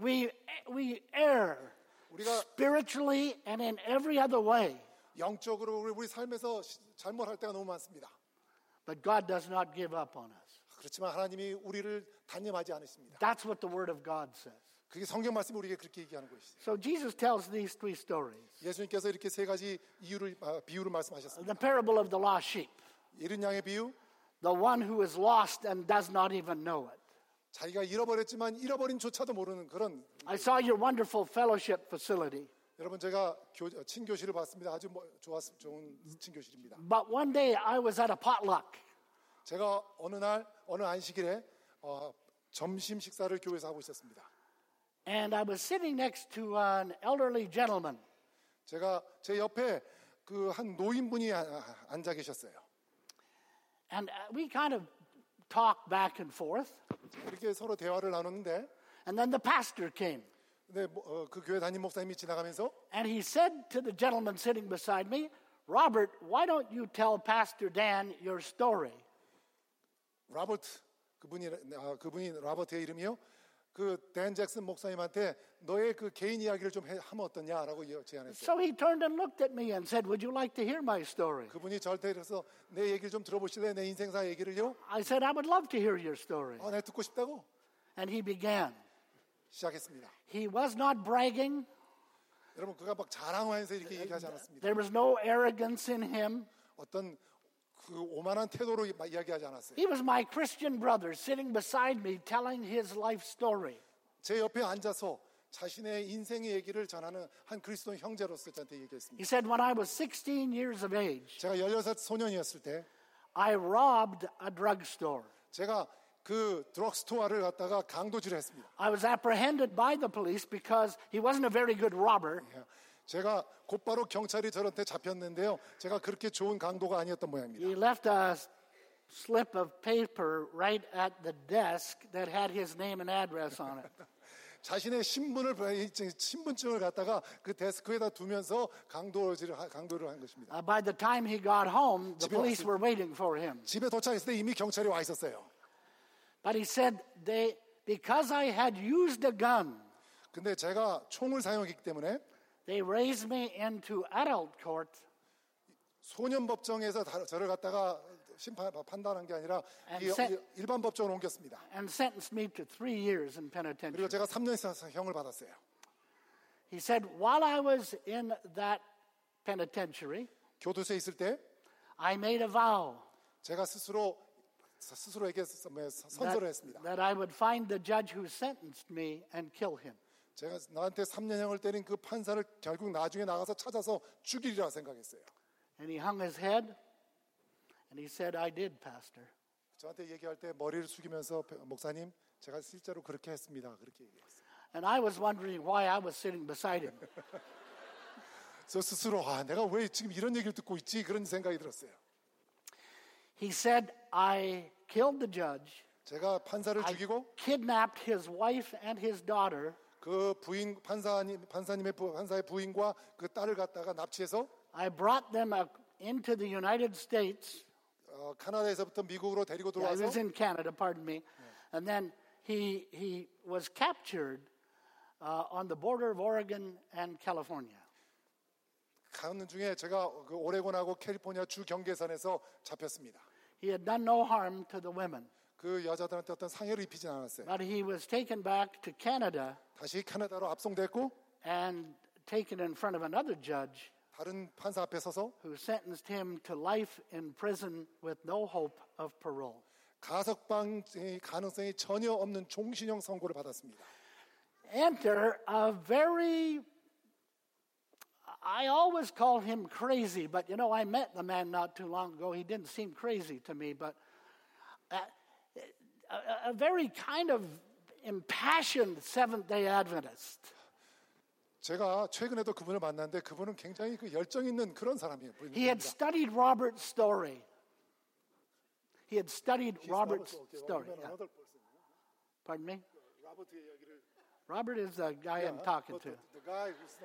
Speaker 1: We, we err
Speaker 2: 우리가-
Speaker 1: spiritually and in every other way.
Speaker 2: 영적으로 우리, 우리 삶에서 시- 잘못할 때가 너무 많습니다.
Speaker 1: But God does not give up on us.
Speaker 2: 그렇지만 하나님이 우리를 단념하지 않으십니다.
Speaker 1: That's what the Word of God says.
Speaker 2: 그게 성경 말씀이 우리에게 그렇게 얘기하는 것이죠.
Speaker 1: So Jesus tells these three stories
Speaker 2: 예수님께서 이렇게 세 가지 이유를 아, 비유를 말씀하셨습니다.
Speaker 1: the parable of the lost sheep,
Speaker 2: 이른 양의 비유,
Speaker 1: the one who is lost and does not even know it.
Speaker 2: 자기가 잃어버렸지만 잃어버린 조차도 모르는 그런
Speaker 1: I saw your wonderful fellowship facility,
Speaker 2: 여러분 제가 교- 친교실을 봤습니다. 아주 뭐- 좋았 좋은 친교실입니다.
Speaker 1: but one day I was at a potluck
Speaker 2: 제가 어느 날 어느 안식일에 어, 점심 식사를 교회에서 하고 있었습니다.
Speaker 1: and I was sitting next to an elderly gentleman.
Speaker 2: 제가 제 옆에 그 한 노인분이 아- 앉아 계셨어요.
Speaker 1: And uh, we kind of talked back and forth.
Speaker 2: 이렇게 서로 대화를 나누는데
Speaker 1: And then the pastor came
Speaker 2: 근데 뭐- 어, 그 교회 담임 목사님이 지나가면서
Speaker 1: and he said to the gentleman sitting beside me, Robert, why don't you tell Pastor Dan your story?
Speaker 2: 라버트 그분이 아, 그분이 라버트의 이름이요. 그 댄 잭슨 목사님한테 너의 그 개인 이야기를 좀 해- 하면 어떠냐라고 여- 제안했어요.
Speaker 1: So he turned and looked at me and said, Would you like to hear my story?
Speaker 2: 그분이 절대 그래서 내 얘기를 좀 들어보실래? 내 인생사 얘기를요?
Speaker 1: I said, I would love to hear your story.
Speaker 2: 아, 내 듣고 싶다고
Speaker 1: And he began.
Speaker 2: 시작했습니다.
Speaker 1: He was not bragging,
Speaker 2: 여러분 그가 막 자랑하면서 이렇게 얘기하지 않았습니다.
Speaker 1: there was no arrogance in him.
Speaker 2: 어떤 그 오만한 태도로 이- 막 이야기하지 않았어요.
Speaker 1: He was my Christian brother sitting beside me telling his life story.
Speaker 2: 제 옆에 앉아서 자신의 인생의 얘기를 전하는 한 그리스도 형제로서 저한테 얘기했습니다.
Speaker 1: He said, When I was 16 years of age,
Speaker 2: 제가 16 소년이었을 때
Speaker 1: I robbed a drugstore.
Speaker 2: 제가 그 드럭스토어를 갔다가 강도질을 했습니다.
Speaker 1: I was apprehended by the police because he wasn't a very good robber.
Speaker 2: 예. 제가 곧바로 경찰이 저한테 잡혔는데요. 제가 그렇게 좋은 강도가 아니었던 모양입니다.
Speaker 1: He left a s- slip of paper right at the desk that had his name and address on it.
Speaker 2: 자신의 신분을 신분증을 갖다가 그 데스크에다 두면서 강도질을 하- 강도를 한 것입니다.
Speaker 1: Uh, by the time he got home, the
Speaker 2: 집에
Speaker 1: police
Speaker 2: 왔을-
Speaker 1: were waiting for him.
Speaker 2: 집에 도착했을 때 이미 경찰이 와 있었어요.
Speaker 1: But he said, they, because I had used a gun,
Speaker 2: 근데 제가 총을 사용했기 때문에
Speaker 1: they raised me into adult court
Speaker 2: 소년 법정에서 다- 저를 갖다가 심판 판단한 게 아니라 이-
Speaker 1: 세-
Speaker 2: 이- 일반 법정으로 옮겼습니다.
Speaker 1: and sentenced me to three years in
Speaker 2: 그리고
Speaker 1: penitentiary.
Speaker 2: 제가 3년 이상 형을 받았어요.
Speaker 1: He said, while I was in that penitentiary,
Speaker 2: 교도소에 있을 때
Speaker 1: I made a vow
Speaker 2: 제가 스스로 스스로에게 뭐, 선서를
Speaker 1: that,
Speaker 2: 했습니다.
Speaker 1: that I would find the judge who sentenced me and kill him.
Speaker 2: 제가 나한테 3년형을 때린 그 판사를 결국 나중에 나가서 찾아서 죽이리라 생각했어요.
Speaker 1: And he hung his head and he said, I did, Pastor.
Speaker 2: 저한테 얘기할 때 머리를 숙이면서 목사님 제가 실제로 그렇게 했습니다. 그렇게 얘기했어요.
Speaker 1: And I was wondering why I was sitting beside him.
Speaker 2: 저 스스로 아 내가 왜 지금 이런 얘기를 듣고 있지 그런 생각이 들었어요.
Speaker 1: He said, I killed the judge,
Speaker 2: 제가 판사를
Speaker 1: I
Speaker 2: 죽이고
Speaker 1: kidnapped his wife and his daughter,
Speaker 2: 그 부인 판사님 판사님의 부, 판사의 부인과 그 딸을 갖다가 납치해서
Speaker 1: I brought them up into the United States.
Speaker 2: 어, 카나다에서부터 미국으로 데리고
Speaker 1: I
Speaker 2: 들어와서
Speaker 1: was in Canada, pardon me. And then he, he was captured uh, on the border of Oregon and California.
Speaker 2: 가는 중에 제가 그 오레곤하고 캘리포니아 주 경계선에서 잡혔습니다.
Speaker 1: He had done no harm to the women,
Speaker 2: 그 여자들한테 어떤 상해를 입히진 않았어요.
Speaker 1: but he was taken back to Canada
Speaker 2: 다시 캐나다로 압송됐고
Speaker 1: and taken in front of another judge
Speaker 2: 다른 판사 앞에 서서
Speaker 1: who sentenced him to life in prison with no hope of parole.
Speaker 2: 가석방 가능성이 전혀 없는 종신형 선고를 받았습니다.
Speaker 1: enter a very I always call him crazy, but you know, I met the man not too long ago. He didn't seem crazy to me, but a, a, a very kind of impassioned Seventh day Adventist.
Speaker 2: 제가 최근에도 그분을 만났는데 그분은 굉장히 그 열정 있는 그런 사람이에요.
Speaker 1: He had studied Robert's story. He had studied Robert's story. Yeah. Pardon me? Robert is the guy I'm talking to.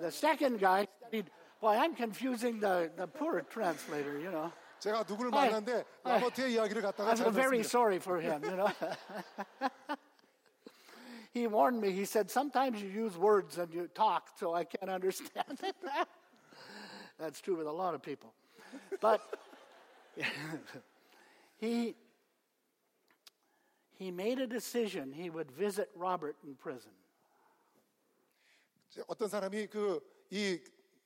Speaker 1: The second guy studied, boy, I'm confusing the, the poor translator, you know.
Speaker 2: 제가 누구를
Speaker 1: 아이,
Speaker 2: 만났는데
Speaker 1: 아이.
Speaker 2: 라버트의 이야기를 갖다가
Speaker 1: I
Speaker 2: 잘
Speaker 1: feel very
Speaker 2: 들었습니다.
Speaker 1: sorry for him, you know. he warned me. He said, Sometimes you use words and you talk, so I can't understand it. That's true with a lot of people. But he, he made a decision he would visit Robert in prison.
Speaker 2: 어떤 사람이 그 이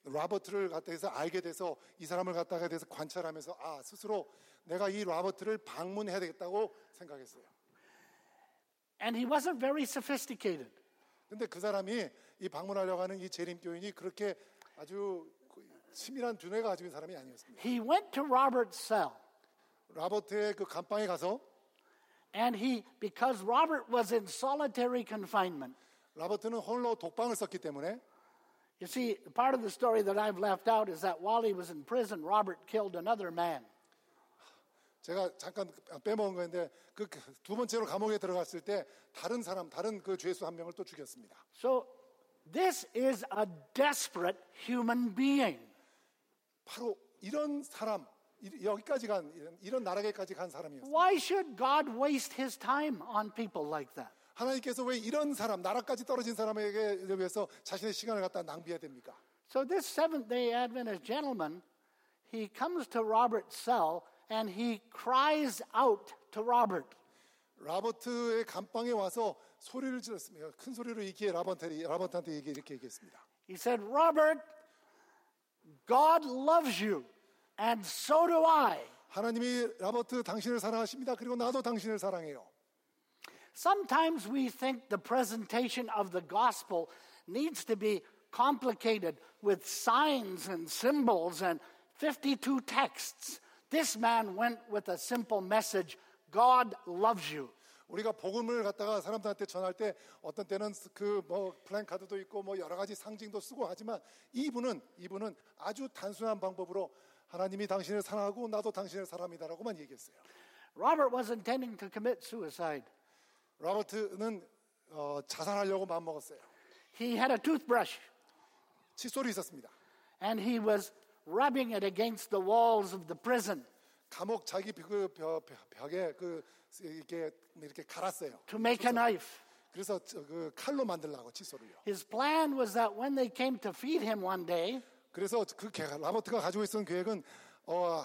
Speaker 2: 라버트를 갖다 해서 알게 돼서 이 사람을 갖다가 대해서 관찰하면서 아 스스로 내가 이 라버트를 방문해야 되겠다고 생각했어요.
Speaker 1: And he wasn't very sophisticated.
Speaker 2: 근데 그 사람이 이 방문하려고 하는 이 재림 교인이 그렇게 아주 그 치밀한 두뇌가 가지고 있는 사람이 아니었습니다.
Speaker 1: He went to Robert's cell,
Speaker 2: 라버트의 그 감방에 가서
Speaker 1: and he, because Robert was in solitary confinement,
Speaker 2: 라버트는 홀로 독방을 썼기 때문에
Speaker 1: You see, part of the story that I've left out is that while he was in prison, Robert killed another man.
Speaker 2: 제가 잠깐 빼먹은 건데 그 두 번째로 감옥에 들어갔을 때 다른 사람 다른 그 죄수 한 명을 또 죽였습니다.
Speaker 1: So, this is a desperate human being.
Speaker 2: 바로 이런 사람 이- 여기까지 간 이런, 이런 나라에까지 간 사람이었어요.
Speaker 1: Why should God waste his time on people like that?
Speaker 2: 하나님께서 왜 이런 사람 나라까지 떨어진 사람에게 위해서 자신의 시간을 갖다 낭비해야 됩니까?
Speaker 1: So, this Seventh day Adventist gentleman, he comes to Robert's cell and he cries out to Robert.
Speaker 2: 라버트의 감방에 와서 소리를 질렀습니다. 큰 소리로 얘기해 라버트한테 라버트한테 얘기 이렇게 얘기했습니다.
Speaker 1: He said, Robert, God loves you, and so do I.
Speaker 2: 하나님이 라버트 당신을 사랑하십니다. 그리고 나도 당신을 사랑해요.
Speaker 1: Sometimes we think the presentation of the gospel needs to be complicated with signs and symbols and 52 texts. This man went with a simple message God loves you.
Speaker 2: 우리가 복음을 갖다가 사람들한테 전할 때 어떤 때는 그 뭐 플랜카드도 있고 뭐 여러 가지 상징도 쓰고 하지만 이분은 이분은 아주 단순한 방법으로 하나님이 당신을 사랑하고 나도 당신을 사랑합니다라고만 얘기했어요.
Speaker 1: Robert was intending to commit suicide.
Speaker 2: 라버트는 어, 자살하려고 마음 먹었어요.
Speaker 1: He had a toothbrush
Speaker 2: 칫솔이 있었습니다.
Speaker 1: and he was rubbing it against the walls of the prison
Speaker 2: 감옥 자기 그 벽, 벽에 그 이렇게 이렇게 갈았어요.
Speaker 1: to make a knife.
Speaker 2: 그래서 저- 그 칼로 만들라고 칫솔을요.
Speaker 1: His plan was that when they came to feed him one day,
Speaker 2: 그래서 그 계- 라버트가 가지고 있었던 계획은 어,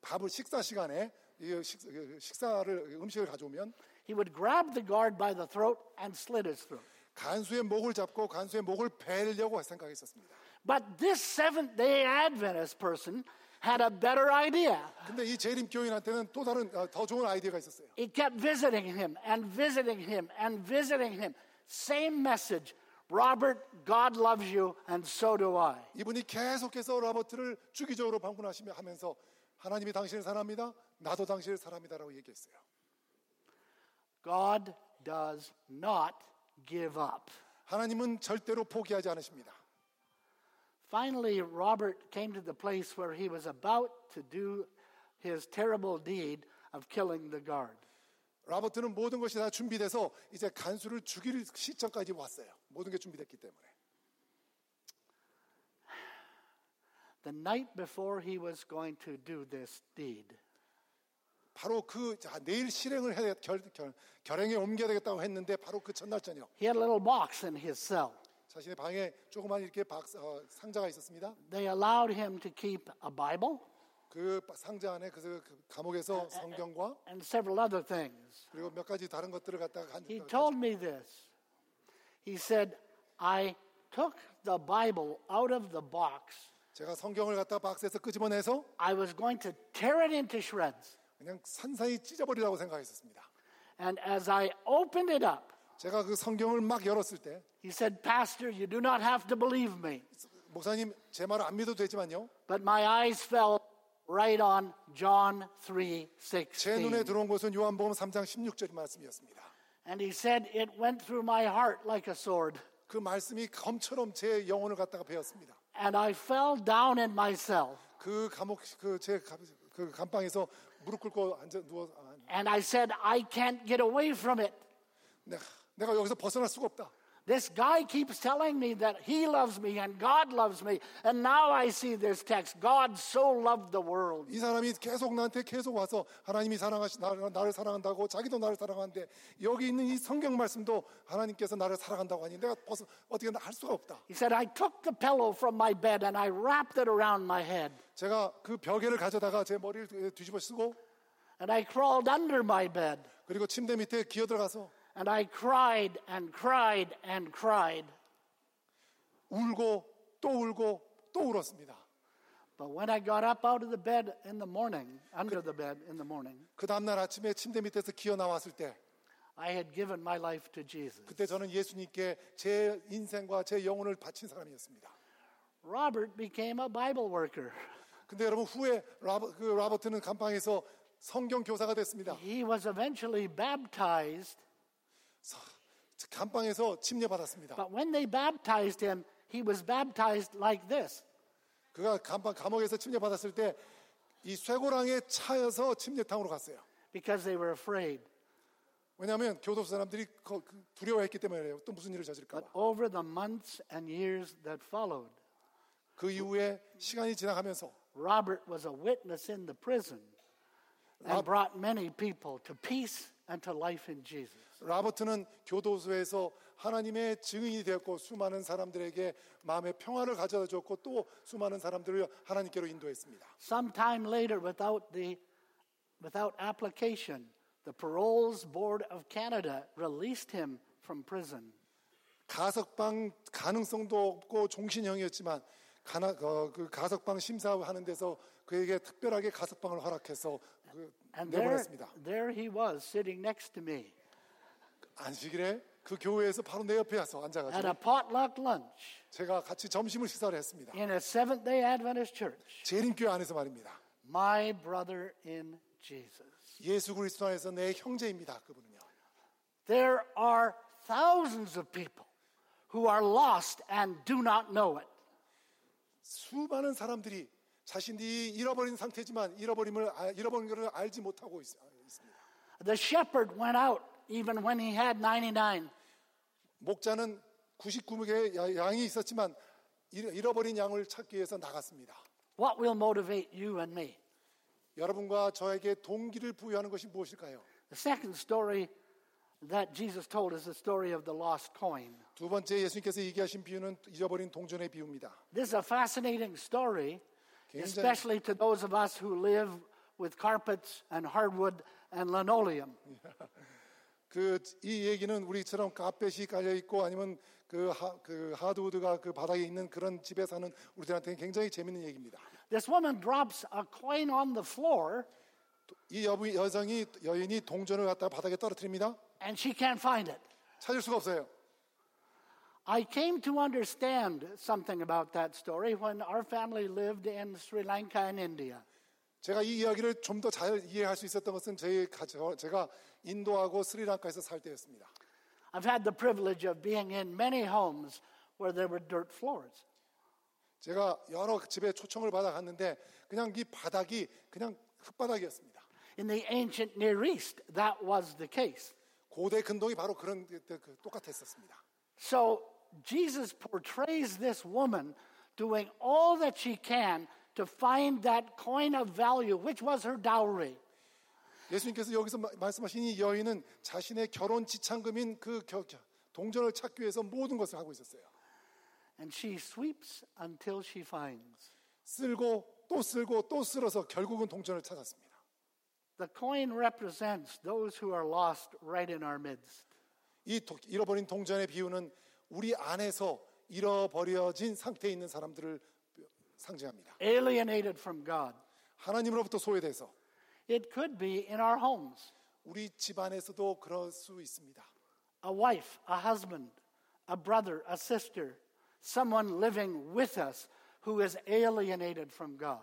Speaker 2: 밥을 식사 시간에 이 식- 그 식사를 음식을 가져오면
Speaker 1: he would grab the guard by the throat and slit his throat.
Speaker 2: 간수의 목을 잡고 간수의 목을 베려고 생각했었습니다.
Speaker 1: But this Seventh day Adventist person had a better idea.
Speaker 2: 근데 이 재림 교인한테는 또 다른 어, 더 좋은 아이디어가 있었어요.
Speaker 1: He kept visiting him and visiting him and visiting him. Same message Robert, God loves you, and so do I.
Speaker 2: 이분이 계속해서 라버트를 주기적으로 방문하시며 하면서 하나님이 당신을 사랑합니다. 나도 당신을 사랑합니다라고 얘기했어요.
Speaker 1: God does not give up.
Speaker 2: 하나님은 절대로 포기하지 않으십니다.
Speaker 1: Finally, Robert came to the place where he was about to do his terrible deed of killing the guard.
Speaker 2: 라버트는 모든 것이 다 준비돼서 이제 간수를 죽일 시점까지 왔어요. 모든 게 준비됐기 때문에.
Speaker 1: The night before he was going to do this deed,
Speaker 2: 바로 그 자, 내일 실행을 해야 결, 결, 결행에 옮겨야 되겠다고 했는데 바로 그 첫날 저녁
Speaker 1: he had a little box in his cell.
Speaker 2: 자신의 방에 조그만 이렇게 박, 어, 상자가 있었습니다.
Speaker 1: They allowed him to keep a Bible
Speaker 2: 그 바- 상자 안에 그, 그 감옥에서 성경과
Speaker 1: and several other things.
Speaker 2: 그리고 몇 가지 다른 것들을 갖다가 그 한
Speaker 1: He told me this. He said, I took the Bible out of the box.
Speaker 2: 제가 성경을 갖다 박스에서 끄집어내서
Speaker 1: I was going to tear it into shreds.
Speaker 2: 그냥 산산히 찢어버리라고 생각했었습니다.
Speaker 1: And as I opened it up,
Speaker 2: 제가 그 성경을 막 열었을 때
Speaker 1: he said, Pastor, you do not have to believe me.
Speaker 2: 목사님 제 말을 안 믿어도 되지만요.
Speaker 1: But my eyes fell right on John
Speaker 2: 제 눈에
Speaker 1: 3:16.
Speaker 2: 들어온 것은 요한복음 3장 16절 말씀이었습니다.
Speaker 1: And he said, It went through my heart like a sword.
Speaker 2: 그 말씀이 검처럼 제 영혼을 갖다가 베었습니다.
Speaker 1: And I fell down in myself.
Speaker 2: 그 감옥 그제그 감방에서 무릎 꿇고 앉아 누워 아,
Speaker 1: And I said, I can't get away from it.
Speaker 2: 내가, 내가 여기서 벗어날 수가 없다.
Speaker 1: This guy keeps telling me that he loves me and God loves me. And now I see this text God so loved the world.
Speaker 2: 이 사람이 계속 나한테 계속 와서 하나님이 사랑하시 나를, 나를 사랑한다고 자기도 나를 사랑하는데 여기 있는 이 성경 말씀도 하나님께서 나를 사랑한다고 하니 내가 벗어 어떻게 나할 수가 없다.
Speaker 1: He said, I took the pillow from my bed and I wrapped it around my head.
Speaker 2: 제가 그 벽에를 가져다가 제 머리를 뒤집어 쓰고
Speaker 1: And I crawled under my bed.
Speaker 2: 그리고 침대 밑에 기어 들어가서
Speaker 1: And I cried and cried and cried.
Speaker 2: 울고 또 울고 또 울었습니다.
Speaker 1: But when I got up out of the bed in the morning, under the bed in the morning,
Speaker 2: 그 다음 날 아침에 침대 밑에서 기어 나왔을 때
Speaker 1: I had given my life to Jesus.
Speaker 2: 그때 저는 예수님께 제 인생과 제 영혼을 바친 사람이었습니다.
Speaker 1: Robert became a Bible worker.
Speaker 2: 근데 여러분 후에 라버, 그 라버트는 감방에서 성경 교사가 됐습니다.
Speaker 1: He was eventually baptized
Speaker 2: 서- 감방에서 침례받았습니다.
Speaker 1: But when they baptized him, he was baptized like this.
Speaker 2: 그가 감방 감옥에서 침례받았을 때 이 쇠고랑에 차여서 침례탕으로 갔어요.
Speaker 1: because they were afraid.
Speaker 2: 왜냐하면 교도소 사람들이 거- 그 두려워했기 때문에요. 또 무슨 일을 저질까
Speaker 1: But
Speaker 2: 봐.
Speaker 1: over the months and years that followed,
Speaker 2: 그 이후에 시간이 지나가면서
Speaker 1: Robert was a witness in the prison and brought many people to peace and to life in Jesus.
Speaker 2: 라버트는 교도소에서 하나님의 증인이 되었고 수많은 사람들에게 마음의 평화를 가져다 줬고 또 수많은 사람들을 하나님께로 인도했습니다.
Speaker 1: Sometime later, without, the, without application, the Paroles Board of Canada released him from prison.
Speaker 2: 가석방 가능성도 없고 종신형이었지만 가나, 어, 그 가석방 심사하는 데서 그에게 특별하게 가석방을 허락해서 그
Speaker 1: And there,
Speaker 2: 내보냈습니다.
Speaker 1: there he was sitting next to me
Speaker 2: 안식일에 그 교회에서 바로 내 옆에 와서
Speaker 1: at
Speaker 2: 앉아가지고
Speaker 1: a potluck lunch
Speaker 2: 제가 같이 점심을 식사를 했습니다.
Speaker 1: in a Seventh day Adventist church.
Speaker 2: 재림교회 안에서 말입니다.
Speaker 1: my brother in Jesus.
Speaker 2: 예수 그리스도 안에서 내 형제입니다. 그분은요.
Speaker 1: There are thousands of people who are lost and do not know it.
Speaker 2: 수많은 사람들이 자신이 잃어버린 상태지만 잃어버림을 아- 잃어버린 것을 알지 못하고 있, 있습니다.
Speaker 1: The shepherd went out even when he had 99.
Speaker 2: 목자는 99명의 야- 양이 있었지만 잃- 잃어버린 양을 찾기 위해서 나갔습니다.
Speaker 1: What will motivate you and me?
Speaker 2: 여러분과 저에게 동기를 부여하는 것이 무엇일까요?
Speaker 1: The second story that Jesus told is the story of the lost coin.
Speaker 2: 두 번째 예수님께서 얘기하신 비유는 잃어버린 동전의 비유입니다.
Speaker 1: This is a fascinating story,
Speaker 2: 굉장히-
Speaker 1: especially to those of us who live with carpets and hardwood and linoleum.
Speaker 2: 그 이 얘기는 우리처럼 카펫이 깔려 있고 아니면 그, 하, 그 하드우드가 그 바닥에 있는 그런 집에 사는 우리들한테는 굉장히 재밌는 얘기입니다.
Speaker 1: This woman drops a coin on the floor
Speaker 2: 이 여부, 여성이 여인이 동전을 갖다 바닥에 떨어뜨립니다.
Speaker 1: and she can't find it.
Speaker 2: 찾을 수가 없어요.
Speaker 1: I came to understand something about that story when our family lived in Sri Lanka and India.
Speaker 2: 제가 이 이야기를 좀 더 잘 이해할 수 있었던 것은 제 가- 저- 제가 인도하고 스리랑카에서 살 때였습니다.
Speaker 1: I've had the privilege of being in many homes where there were dirt floors.
Speaker 2: 제가 여러 집에 초청을 받아 갔는데 그냥 이 바닥이 그냥 흙바닥이었습니다.
Speaker 1: In the ancient Near East, that was the case.
Speaker 2: 고대 근동이 바로 그런 그- 그 똑같았었습니다.
Speaker 1: So Jesus portrays this woman doing all that she can to find that coin of value, which was her dowry.
Speaker 2: 예수님께서 여기서 마- 말씀하신 이 여인은 자신의 결혼 지참금인 그 겨- 겨- 동전을 찾기 위해서 모든 것을 하고 있었어요.
Speaker 1: And she sweeps until she finds.
Speaker 2: 쓸고 또 쓸고 또 쓸어서 결국은 동전을 찾았습니다.
Speaker 1: The coin represents those who are lost right in our midst.
Speaker 2: 이 도- 잃어버린 동전의 비유는 우리 안에서 잃어버려진 상태에 있는 사람들을 상징합니다.
Speaker 1: alienated from God.
Speaker 2: 하나님으로부터 소외돼서
Speaker 1: It could be in our homes
Speaker 2: 우리 집안에서도 그럴 수 있습니다.
Speaker 1: a wife, a husband, a brother, a sister, someone living with us who is alienated from God.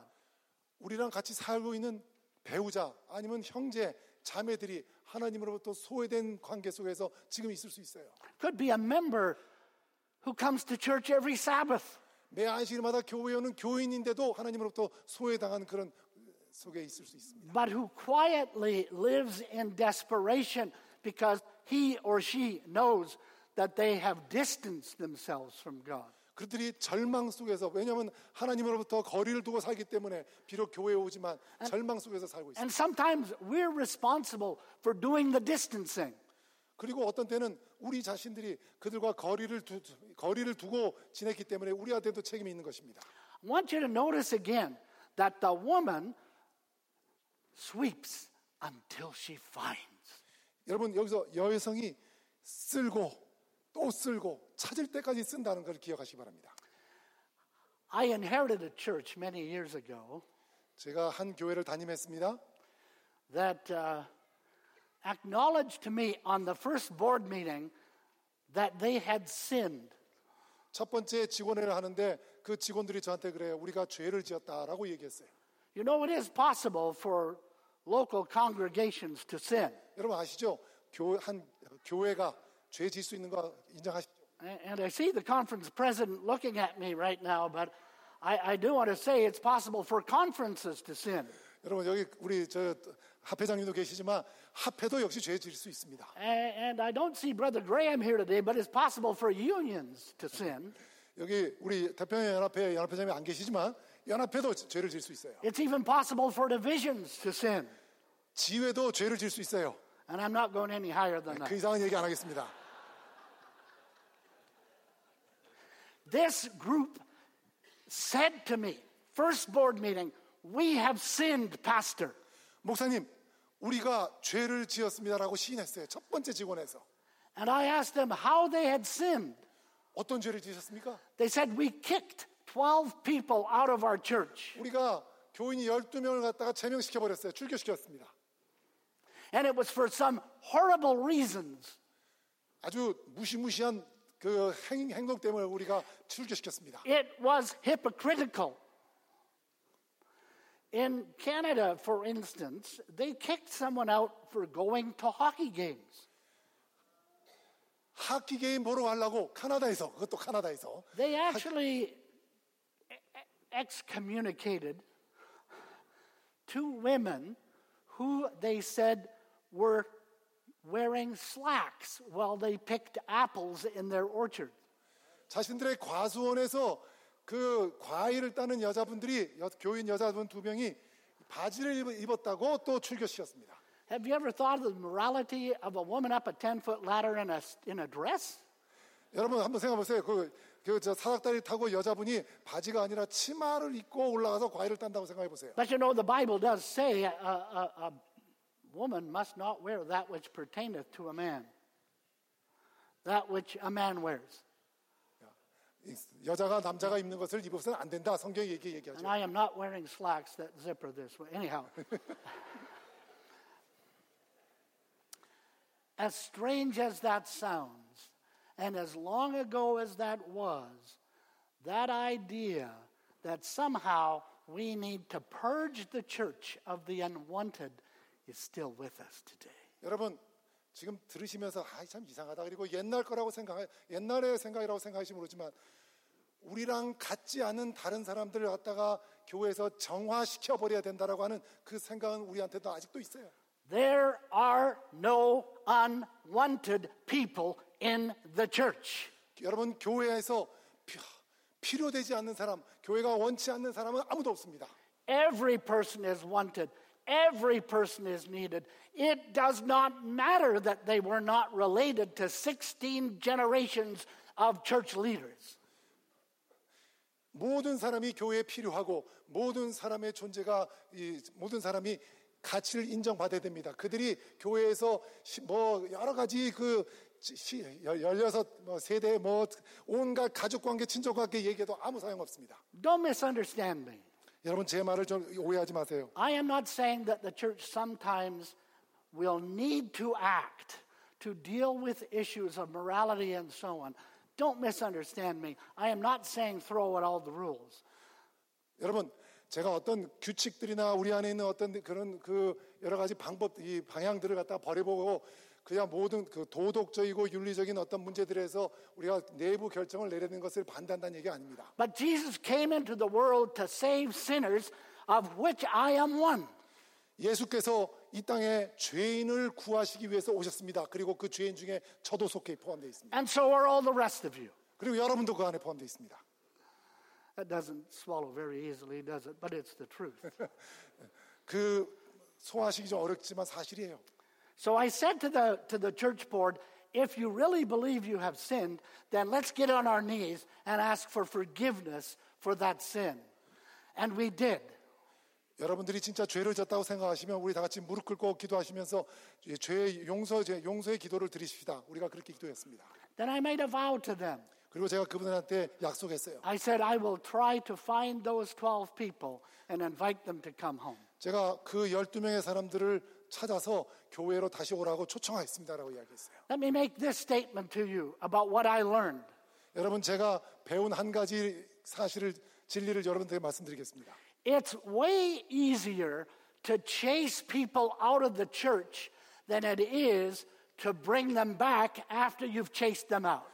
Speaker 2: 우리랑 같이 살고 있는 배우자 아니면 형제, 자매들이 하나님으로부터 소외된 관계 속에서 지금 있을 수 있어요.
Speaker 1: Could be a member who comes to church every Sabbath,
Speaker 2: 매 안식일마다 교회에 오는 교인인데도 하나님으로부터 소외당한 그런 속에 있을 수 있습니다.
Speaker 1: but who quietly lives in desperation because he or she knows that they have distanced themselves from God.
Speaker 2: 그들이 절망 속에서 왜냐하면 하나님으로부터 거리를 두고 살기 때문에 비록 교회에 오지만 절망 속에서 살고 있어요.
Speaker 1: And sometimes we're responsible for doing the distancing.
Speaker 2: 그리고 어떤 때는 우리 자신들이 그들과 거리를 두, 거리를 두고 지냈기 때문에 우리한테도 책임이 있는 것입니다.
Speaker 1: I want you to notice again that the woman sweeps until she finds.
Speaker 2: 여러분 여기서 여성이 쓸고 또 쓸고 찾을 때까지 쓴다는 걸 기억하시기 바랍니다.
Speaker 1: I inherited a church many years ago
Speaker 2: 제가 한 교회를 담임했습니다.
Speaker 1: that uh, acknowledged to me on the first board meeting that they had sinned.
Speaker 2: 첫 번째 직원회를 하는데 그 직원들이 저한테 그래요. 우리가 죄를 지었다라고 얘기했어요.
Speaker 1: You know, it is possible for local congregations to sin.
Speaker 2: 여러분 아시죠? 교, 한 교회가 죄 지을 수 있는 거 인정하시죠?
Speaker 1: A- And I see the conference president looking at me right now, but I, I do want to say it's possible for conferences to sin.
Speaker 2: 여러분 여기 우리 저 합회장님도 계시지만 합회도 역시 죄 지을 수 있습니다.
Speaker 1: And, and I don't see Brother Graham here today, but it's possible for unions to sin.
Speaker 2: 여기 우리 대표님 연합회 연합회장님 안 계시지만 연합회도 죄를 지을 수 있어요.
Speaker 1: It's even possible for divisions to sin.
Speaker 2: 지회도 죄를 지을 수 있어요.
Speaker 1: And I'm not going any higher than
Speaker 2: 그
Speaker 1: that.
Speaker 2: 이상은 얘기 안 하겠습니다.
Speaker 1: This group said to me, first board meeting, we have sinned, Pastor.
Speaker 2: 목사님, 우리가 죄를 지었습니다라고 시인했어요. 첫 번째 직원에서
Speaker 1: And I asked them how they had sinned.
Speaker 2: 어떤 죄를 지으셨습니까?
Speaker 1: They said, We kicked 12 people out of our church.
Speaker 2: 우리가 교인이 12명을 갖다가 제명시켜 버렸어요. 출교시켰습니다.
Speaker 1: And it was for some horrible reasons.
Speaker 2: 아주 무시무시한 그 행, 행동 때문에 우리가 출교시켰습니다.
Speaker 1: It was hypocritical. In Canada, for instance, they kicked someone out for going to hockey games.
Speaker 2: 하키 게임 보러 가려고 카나다에서 그것도 카나다에서
Speaker 1: They actually e- e- excommunicated two women who they said were wearing slacks while they picked apples in their orchard.
Speaker 2: 자신들의 과수원에서 그 과일을 따는 여자분들이 여- 교인 여자분 두 명이 바지를 입- 입었다고 또 출교시켰습니다.
Speaker 1: Have you ever thought of the morality of a woman up a 10 foot ladder in a, s- in a dress?
Speaker 2: 여러분 한번 생각해 보세요. 그, 그 저 사닥다리 타고 여자분이 바지가 아니라 치마를 입고 올라가서 과일을 딴다고 생각해 보세요.
Speaker 1: But you know, the Bible does say a, a, a woman must not wear that which pertaineth to a man, that which a man wears.
Speaker 2: 여자가 남자가 입는 것을 입어서는 안 된다. 성경이 얘기 얘기하죠.
Speaker 1: And I am not wearing slacks that zipper this way. Anyhow. as strange as that sounds, and as long ago as that was, that idea that somehow we need to purge the church of the unwanted is still with us today.
Speaker 2: 여러분 지금 들으시면서 아참 이상하다 그리고 옛날 거라고 생각 옛날의 생각이라고 생각하시면 모르지만 우리랑 같지 않은 다른 사람들을 갖다가 교회에서 정화시켜 버려야 된다라고 하는 그 생각은 우리한테도 아직도 있어요.
Speaker 1: There are no unwanted people in the church.
Speaker 2: 여러분 교회에서 피- 필요되지 않는 사람, 교회가 원치 않는 사람은 아무도 없습니다.
Speaker 1: Every person is wanted. Every person is needed. It does not matter that they were not related to 16 generations of church leaders.
Speaker 2: 모든 사람이 교회에 필요하고 모든 사람의 존재가 이 모든 사람이 가치를 인정받아야 됩니다. 그들이 교회에서 시- 뭐 여러 가지 그 시- 시- 열- 열여섯 뭐 세대 뭐 온갖 가족 관계 친족 관계 얘기해도 아무 소용 없습니다.
Speaker 1: Don't misunderstand me.
Speaker 2: 여러분 제 말을 좀 오해하지 마세요.
Speaker 1: I am not saying that the church sometimes will need to act to deal with issues of morality and so on. Don't misunderstand me. I am not saying throw out all the rules.
Speaker 2: 여러분 제가 어떤 규칙들이나 우리 안에 있는 어떤 그런 그 여러 가지 방법 이 방향들을 갖다 버려보고 그냥 모든 그 도덕적이고 윤리적인 어떤 문제들에서 우리가 내부 결정을 내리는 것을 반대한다는 얘기 아닙니다.
Speaker 1: But Jesus came into the world to save sinners, of which I am one.
Speaker 2: 예수께서 이 땅에 죄인을 구하시기 위해서 오셨습니다. 그리고 그 죄인 중에 저도 속해 포함되어 있습니다.
Speaker 1: And so are all the rest of you.
Speaker 2: 그리고 여러분도 그 안에 포함되어 있습니다.
Speaker 1: That doesn't swallow very easily, does it? But it's the truth.
Speaker 2: 그 소화하시기 좀 어렵지만 사실이에요.
Speaker 1: so I said to the, to the church board, if you really believe you have sinned, then let's get on our knees and ask for forgiveness for that sin. And we did.
Speaker 2: 여러분들이 진짜 죄를 졌다고 생각하시면 우리 다 같이 무릎 꿇고 기도하시면서 죄 용서 죄 용서의 기도를 드리십시다. 우리가 그렇게 기도했습니다.
Speaker 1: Then I made a vow to them.
Speaker 2: 그리고 제가 그분들한테 약속했어요.
Speaker 1: I said, I will try to find those 12 people and invite them to come home.
Speaker 2: 제가 그 12명의 사람들을 찾아서 교회로 다시 오라고 초청하겠습니다라고 이야기했어요.
Speaker 1: Let me make this statement to you about what I learned.
Speaker 2: 여러분 제가 배운 한 가지 사실을 진리를 여러분들에게 말씀드리겠습니다.
Speaker 1: It's way easier to chase people out of the church than it is to bring them back after you've chased them out.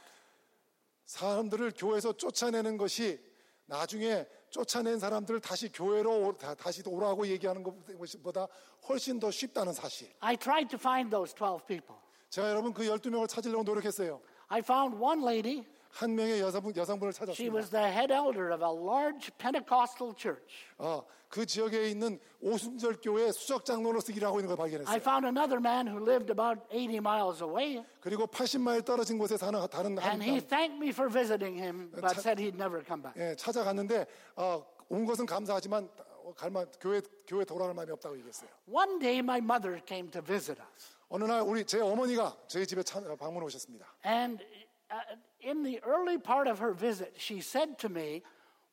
Speaker 2: 사람들을 교회에서 쫓아내는 것이 나중에 쫓아낸 사람들을 다시 교회로 오- 다- 다시 오라고 얘기하는 것보다 훨씬 더 쉽다는 사실.
Speaker 1: I tried to find those 12 people.
Speaker 2: 제가 여러분 그 12명을 찾으려고 노력했어요.
Speaker 1: I found one lady.
Speaker 2: 한 명의 여성분, 여성분을
Speaker 1: She
Speaker 2: 찾았습니다.
Speaker 1: was the head elder of a large Pentecostal church.
Speaker 2: 아, 그 지역에 있는 오순절 교회 수석 장로로서 일하고 있는 걸
Speaker 1: I
Speaker 2: 발견했어요.
Speaker 1: found another man who lived about 80 miles away,
Speaker 2: 그리고 80마일 떨어진 곳에 사는 다른 한
Speaker 1: and he
Speaker 2: 남,
Speaker 1: thanked me for visiting him, but said he'd never come back.
Speaker 2: 예, 찾아갔는데 아, 온 것은 감사하지만 어, 갈만 교회 교회 돌아갈 마음이 없다고 얘기했어요.
Speaker 1: One day, my mother came to visit us.
Speaker 2: 어느 날 우리 제 어머니가 저희 집에 참- 방문 오셨습니다.
Speaker 1: And uh, in the early part of her visit, she said to me,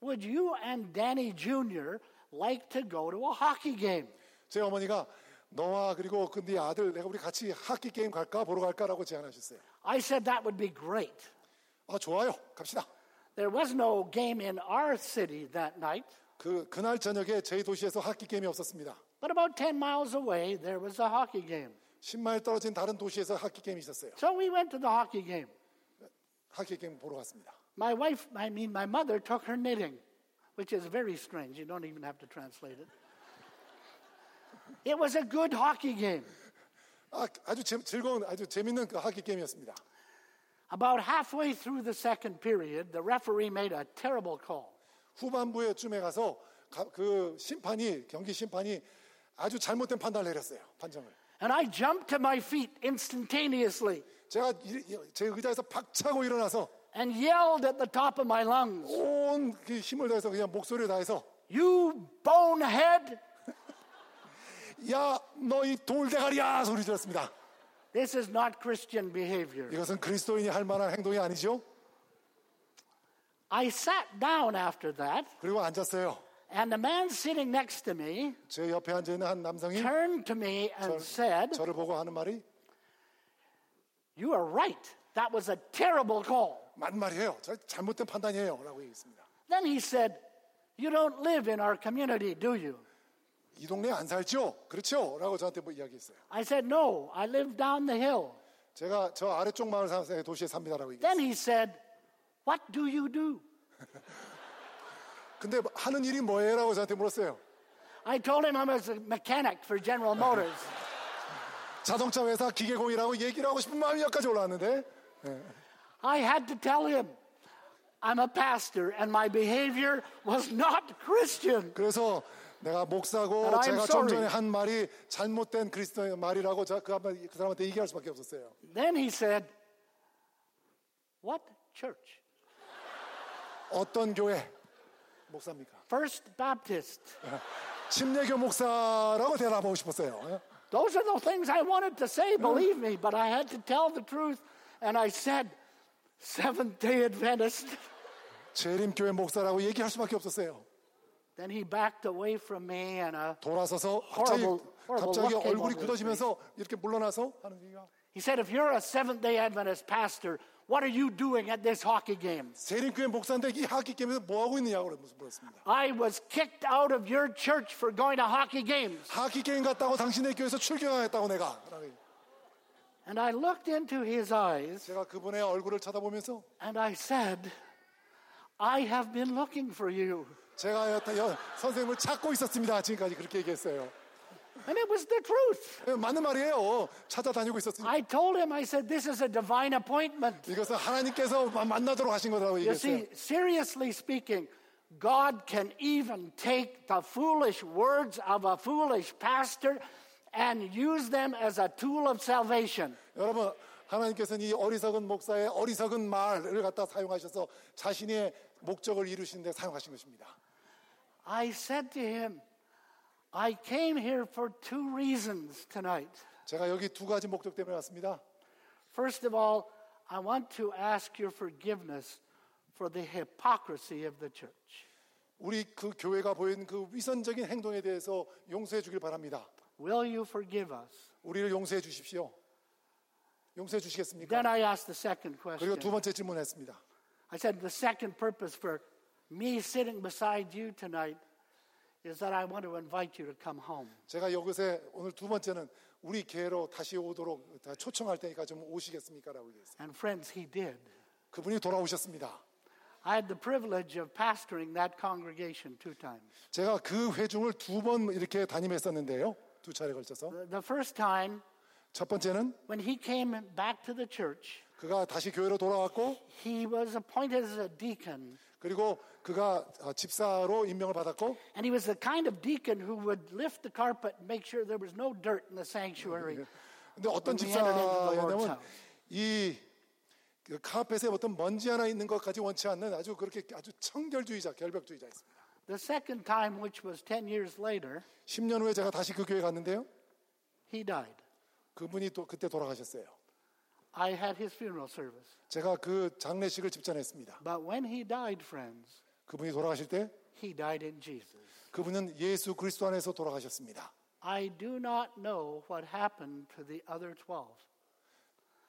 Speaker 1: Would you and Danny Jr. like to go to a hockey game?
Speaker 2: 제 어머니가 너와 그리고 그 네 아들 내가 우리 같이 하키 게임 갈까 보러 갈까라고 제안하셨어요.
Speaker 1: I 사id that would be great.
Speaker 2: 아 좋아요, 갑시다.
Speaker 1: There was no game in our city that night,
Speaker 2: 그 그날 저녁에 저희 도시에서 하키 게임이 없었습니다.
Speaker 1: but about 10 miles away, there was a hockey game.
Speaker 2: 10마일 떨어진 다른 도시에서 하키 게임이 있었어요.
Speaker 1: So we went to the hockey game.
Speaker 2: 하키 게임 보러 갔습니다.
Speaker 1: My wife, I mean, my mother took her knitting, which is very strange. You don't even have to translate it. It was a good hockey game.
Speaker 2: 아, 아주 재- 즐거운 아주 재밌는 그 하키 게임이었습니다.
Speaker 1: About halfway through the second period, the referee made a terrible call.
Speaker 2: 후반부에쯤에 가서 가- 그 심판이 경기 심판이 아주 잘못된 판단을 내렸어요. 판정을.
Speaker 1: And I jumped to my feet instantaneously
Speaker 2: 제가 이- 제 의자에서 박차고 일어나서
Speaker 1: and yelled at the top of my lungs,
Speaker 2: 온 그 힘을 다해서 그냥 목소리를 다해서
Speaker 1: You bonehead!
Speaker 2: 야, 너 이 돌대가리야! 소리 질렀습니다.
Speaker 1: This is not Christian behavior.
Speaker 2: 이것은 그리스도인이 할 만한 행동이 아니죠?
Speaker 1: I sat down after that,
Speaker 2: 그리고 앉았어요.
Speaker 1: and the man sitting next to me
Speaker 2: 제 옆에 앉아있는 한 남성이
Speaker 1: turned to me and said,
Speaker 2: 저를 보고 하는 말이
Speaker 1: You are right. That was a terrible call.
Speaker 2: 맞는 말이에요. 저 잘못된 판단이에요. 라고 얘기했습니다.
Speaker 1: Then he said, You don't live in our community, do you?
Speaker 2: 이 동네 안 살죠? 그렇죠? 라고 저한테 뭐 이야기했어요.
Speaker 1: I said, No, I live down the hill.
Speaker 2: 제가 저 아래쪽 마을 사는 도시에 삽니다라고 얘기했어요.
Speaker 1: Then he said, What do you do?
Speaker 2: 근데 하는 일이 뭐예요? 라고 저한테 물었어요.
Speaker 1: I told him I was a mechanic for General Motors.
Speaker 2: 자동차 회사 기계공이라고 얘기를 하고 싶은 마음이 여기까지 올라왔는데
Speaker 1: I had to tell him I'm a pastor and my behavior was not Christian.
Speaker 2: 그래서 내가 목사고
Speaker 1: And I'm
Speaker 2: 제가 좀
Speaker 1: sorry.
Speaker 2: 전에 한 말이 잘못된 그리스도의 말이라고 저- 그, 한번- 그 사람한테 얘기할 수밖에 없었어요.
Speaker 1: Then he said, What church?
Speaker 2: 어떤 교회 목사입니까?
Speaker 1: First Baptist.
Speaker 2: 침례교 목사라고 대답하고 싶었어요. 예?
Speaker 1: Those are the things I wanted to say, believe me, but I had to tell the truth. And I said, Seventh day Adventist.
Speaker 2: 재림교회 목사라고 얘기할 수밖에 없었어요.
Speaker 1: Then he backed away from me and uh,
Speaker 2: 돌아서서 갑자기,
Speaker 1: Horrible, horrible
Speaker 2: 갑자기
Speaker 1: luck came
Speaker 2: 얼굴이
Speaker 1: over
Speaker 2: 굳어지면서 뭐 이렇게 물러나서 하는 얘기가
Speaker 1: he said, If you're a Seventh day Adventist pastor, what are you doing at this hockey game?
Speaker 2: 재림교회 목사인데 이 하기 게임에서 뭐 하고 있느냐고 물었습니다.
Speaker 1: I was kicked out of your church for going to hockey games.
Speaker 2: 하기 게임 갔다고 당신의 교회에서 출교하겠다고 내가 라고 얘기-
Speaker 1: And I looked into his eyes
Speaker 2: 제가 그분의 얼굴을 쳐다보면서
Speaker 1: and I said, I have been looking for you.
Speaker 2: 제가 여타 여, 선생님을 찾고 있었습니다. 지금까지 그렇게 얘기했어요.
Speaker 1: And it was the truth.
Speaker 2: 예, 맞는 말이에요. 찾아다니고 있었습니다.
Speaker 1: I told him, I said, this is a divine appointment.
Speaker 2: 이것은 하나님께서 마- 만나도록 하신 거라고
Speaker 1: You
Speaker 2: 얘기했어요.
Speaker 1: see, seriously speaking, God can even take the foolish words of a foolish pastor and use them as a tool of salvation.
Speaker 2: 여러분 하나님께서는 이 어리석은 목사의 어리석은 말을 갖다 사용하셔서 자신의 목적을 이루시는데 사용하신 것입니다.
Speaker 1: I said to him, I came here for two reasons tonight.
Speaker 2: 제가 여기 두 가지 목적 때문에 왔습니다.
Speaker 1: First of all, I want to ask your forgiveness for the hypocrisy of the church.
Speaker 2: 우리 그 교회가 보인 그 위선적인 행동에 대해서 용서해 주길 바랍니다.
Speaker 1: Will you forgive us?
Speaker 2: 우리를 용서해 주십시오. 용서해 주시겠습니까?
Speaker 1: Then I asked the second question.
Speaker 2: 그리고 두 번째 질문했습니다.
Speaker 1: I said, the second purpose for me sitting beside you tonight is that I want to invite you to come home.
Speaker 2: 제가 여기서 오늘 두 번째는 우리 교회로 다시 오도록 다 초청할 테니까 좀 오시겠습니까라고 얘기했어요.
Speaker 1: And friends, he did.
Speaker 2: 그분이 돌아오셨습니다.
Speaker 1: I had the privilege of pastoring that congregation two times.
Speaker 2: 제가 그 회중을 두 번 이렇게 담임했었는데요. 두 차례 걸쳐서
Speaker 1: The- The first time,
Speaker 2: 첫 번째는
Speaker 1: when he came back to the church,
Speaker 2: 그가 다시 교회로 돌아왔고
Speaker 1: he was appointed as a deacon.
Speaker 2: 그리고 그가 아, 집사로 임명을 받았고
Speaker 1: And he was the kind of deacon who would lift the carpet and make sure there was no dirt in the sanctuary.
Speaker 2: 근데 어떤
Speaker 1: We entered into the Lord's
Speaker 2: 집사였냐면
Speaker 1: house.
Speaker 2: 이그 카펫에 어떤 먼지 하나 있는 것까지 원치 않는 아주 그렇게 아주 청결주의자, 결벽주의자였습니다.
Speaker 1: The second time, which was 10 years later,
Speaker 2: 10년 후에 제가 다시 그 교회 갔는데요.
Speaker 1: he died.
Speaker 2: 그분이 또 그때 돌아가셨어요.
Speaker 1: I had his funeral service.
Speaker 2: 제가 그 장례식을 집전했습니다.
Speaker 1: But when he died, friends,
Speaker 2: 그분이 돌아가실 때
Speaker 1: he died in Jesus.
Speaker 2: 그분은 예수 그리스도 안에서 돌아가셨습니다.
Speaker 1: I do not know what happened to the other 12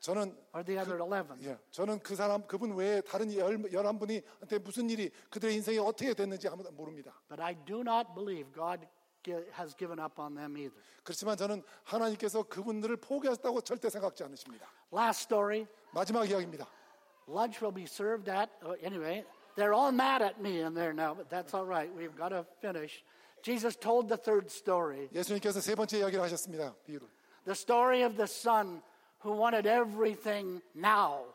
Speaker 2: 저는
Speaker 1: or the other 11.
Speaker 2: 예, 저는 그 사람 그분 외에 다른 열- 열한 분이 한테 무슨 일이 그들의 인생이 어떻게 됐는지 아무도 모릅니다.
Speaker 1: But I do not believe God gi- has given up on them either.
Speaker 2: 그렇지만 저는 하나님께서 그분들을 포기하셨다고 절대 생각지 않으십니다.
Speaker 1: Last story
Speaker 2: 마지막 이야기입니다.
Speaker 1: lunch will be served at, oh, anyway, they're all mad at me in there now, but that's all right. We've got to finish. Jesus told the third story
Speaker 2: 예수님께서 세 번째 이야기를 하셨습니다. 비유를.
Speaker 1: the story of the son who wanted everything now.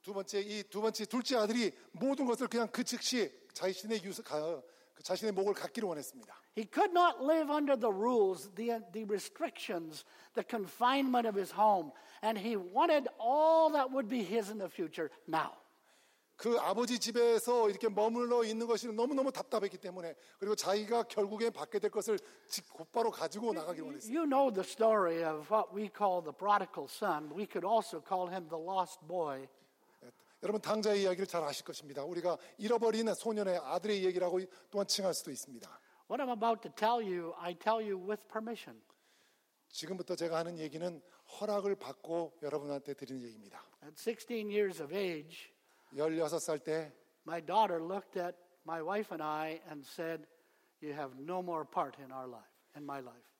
Speaker 2: 두 번째 이 두 번째 둘째 아들이 모든 것을 그냥 그 즉시 자신의 유서 가- 그 자신의 목을 갖기를 원했습니다.
Speaker 1: He could not live under the rules, the, the restrictions, the confinement of his home, and he wanted all that would be his in the future now.
Speaker 2: 그 아버지 집에서 이렇게 머물러 있는 것이 너무너무 답답했기 때문에 그리고 자기가 결국에 받게 될 것을 지- 곧바로 가지고 나가기 원했어요.
Speaker 1: You know the story of what we call the prodigal son. We could also call him the lost boy.
Speaker 2: 여러분 당자의 이야기를 잘 아실 것입니다. 우리가 잃어버린 소년의 아들의 이야기라고 또한 칭할 수도 있습니다.
Speaker 1: What I'm about to tell you, I tell you with permission.
Speaker 2: 지금부터 제가 하는 얘기는 허락을 받고 여러분한테 드리는 얘기입니다.
Speaker 1: At 16 years of age,
Speaker 2: 16살 때
Speaker 1: my daughter looked at my wife and I and said, You have no more part in our life, in my life.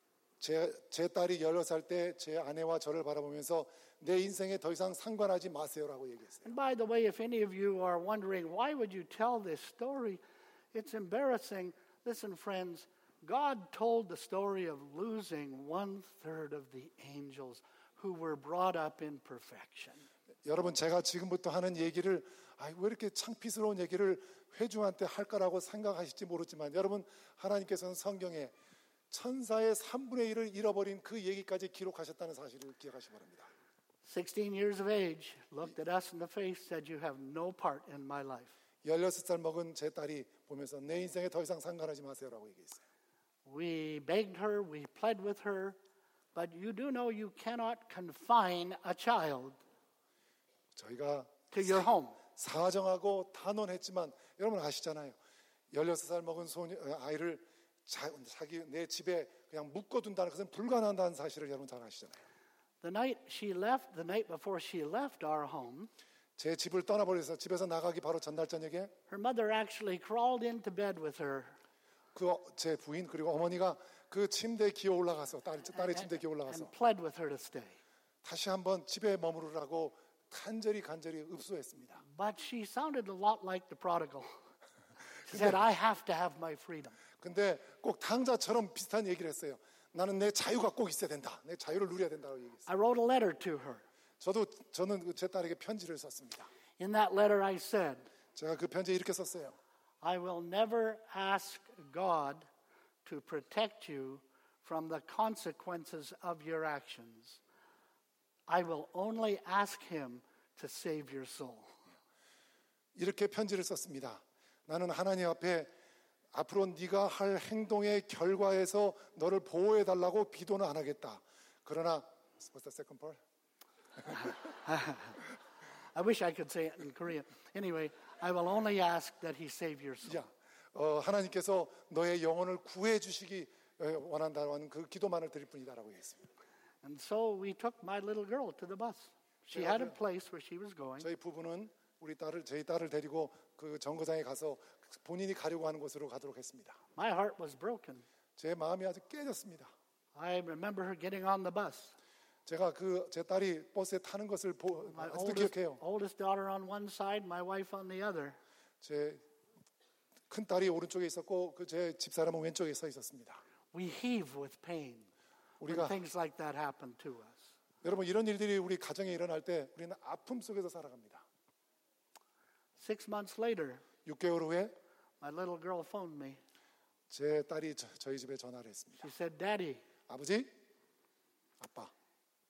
Speaker 2: 제, 제 딸이 16살 때 제 아내와 저를 바라보면서 내 인생에 더 이상 상관하지 마세요라고 얘기했어요.
Speaker 1: And by the way, if any of you are wondering, why would you tell this story? It's embarrassing. Listen, friends, God told the story of losing one third of the angels who were brought up in perfection.
Speaker 2: 여러분 제가 지금부터 하는 얘기를 아이 왜 이렇게 창피스러운 얘기를 회중한테 할까라고 생각하실지 모르지만 여러분 하나님께서는 성경에 천사의 3분의 1을 잃어버린 그 얘기까지 기록하셨다는 사실을 기억하시기 바랍니다.
Speaker 1: 16 years of age, looked at us in the face, said, You have no part in my life.
Speaker 2: 16살 먹은 제 딸이 보면서 내 인생에 더 이상 상관하지 마세요라고 얘기했어요.
Speaker 1: We begged her, we pled with her, but you do know you cannot confine a child
Speaker 2: 저희가
Speaker 1: to your home.
Speaker 2: 사정하고 단언했지만 여러분 아시잖아요. 16살 먹은 소녀 아이를 자, 기내 집에 그냥 묶어 둔다는 것은 불가능하다는 사실을 여러분 잘 아시잖아요.
Speaker 1: The night she left, the night before she left our home,
Speaker 2: 제 집을 떠나버려서 집에서 나가기 바로 전날 저녁에
Speaker 1: Her mother actually crawled into bed with her
Speaker 2: 그 제 부인 그리고 어머니가 그 침대에 기어 올라가서 딸, 딸의 침대에 기어
Speaker 1: and
Speaker 2: 올라가서
Speaker 1: pled with her to stay.
Speaker 2: 다시 한번 집에 머무르라고 간절히 간절히 읍소했습니다.
Speaker 1: But she sounded a lot like the prodigal. She said, I have to have my freedom.
Speaker 2: 근데 꼭 당자처럼 비슷한 얘기를 했어요. 나는 내 자유가 꼭 있어야 된다. 내 자유를 누려야 된다고 얘기했어요.
Speaker 1: I wrote a letter to her.
Speaker 2: 저도 저는 그제 딸에게 편지를 썼습니다.
Speaker 1: In that letter, I said,
Speaker 2: 제가 그 편지에 이렇게 썼어요.
Speaker 1: I will never ask God to protect you from the consequences of your actions. I will only ask Him to save your soul.
Speaker 2: 이렇게 편지를 썼습니다. 나는 하나님 앞에 앞으로 네가 할 행동의 결과에서 너를 보호해 달라고 비도는 안 하겠다. 그러나 What's the second part?
Speaker 1: I wish I could say it in Korean. Anyway, I will only ask that He save your soul.
Speaker 2: 야, 어, 하나님께서 너의 영혼을 구해 주시기 에, 원한다는 그 기도만을 드릴 뿐이다라고 얘기했습니다.
Speaker 1: And so we took my little girl to the bus. She had a place where she was going.
Speaker 2: 저희 부부는 우리 딸을 저희 딸을 데리고 그 정거장에 가서 본인이 가려고 하는 곳으로 가도록 했습니다.
Speaker 1: My heart was broken.
Speaker 2: 제 마음이 아주 깨졌습니다.
Speaker 1: I remember her getting on the bus.
Speaker 2: 제가 그 제 딸이 버스에 타는 것을 보,
Speaker 1: My
Speaker 2: 아직도
Speaker 1: oldest,
Speaker 2: 기억해요.
Speaker 1: oldest daughter on one side, my wife on the other.
Speaker 2: 제 큰 딸이 오른쪽에 있었고 그 제 집사람은 왼쪽에 서 있었습니다.
Speaker 1: We heave with pain when
Speaker 2: 우리가
Speaker 1: things like that happen to us.
Speaker 2: 여러분 이런 일들이 우리 가정에 일어날 때 우리는 아픔 속에서 살아갑니다.
Speaker 1: Six months later,
Speaker 2: 6개월 후에
Speaker 1: my little girl phoned me.
Speaker 2: 제 딸이 저, 저희 집에 전화를 했습니다.
Speaker 1: She said, Daddy,
Speaker 2: 아버지, 아빠,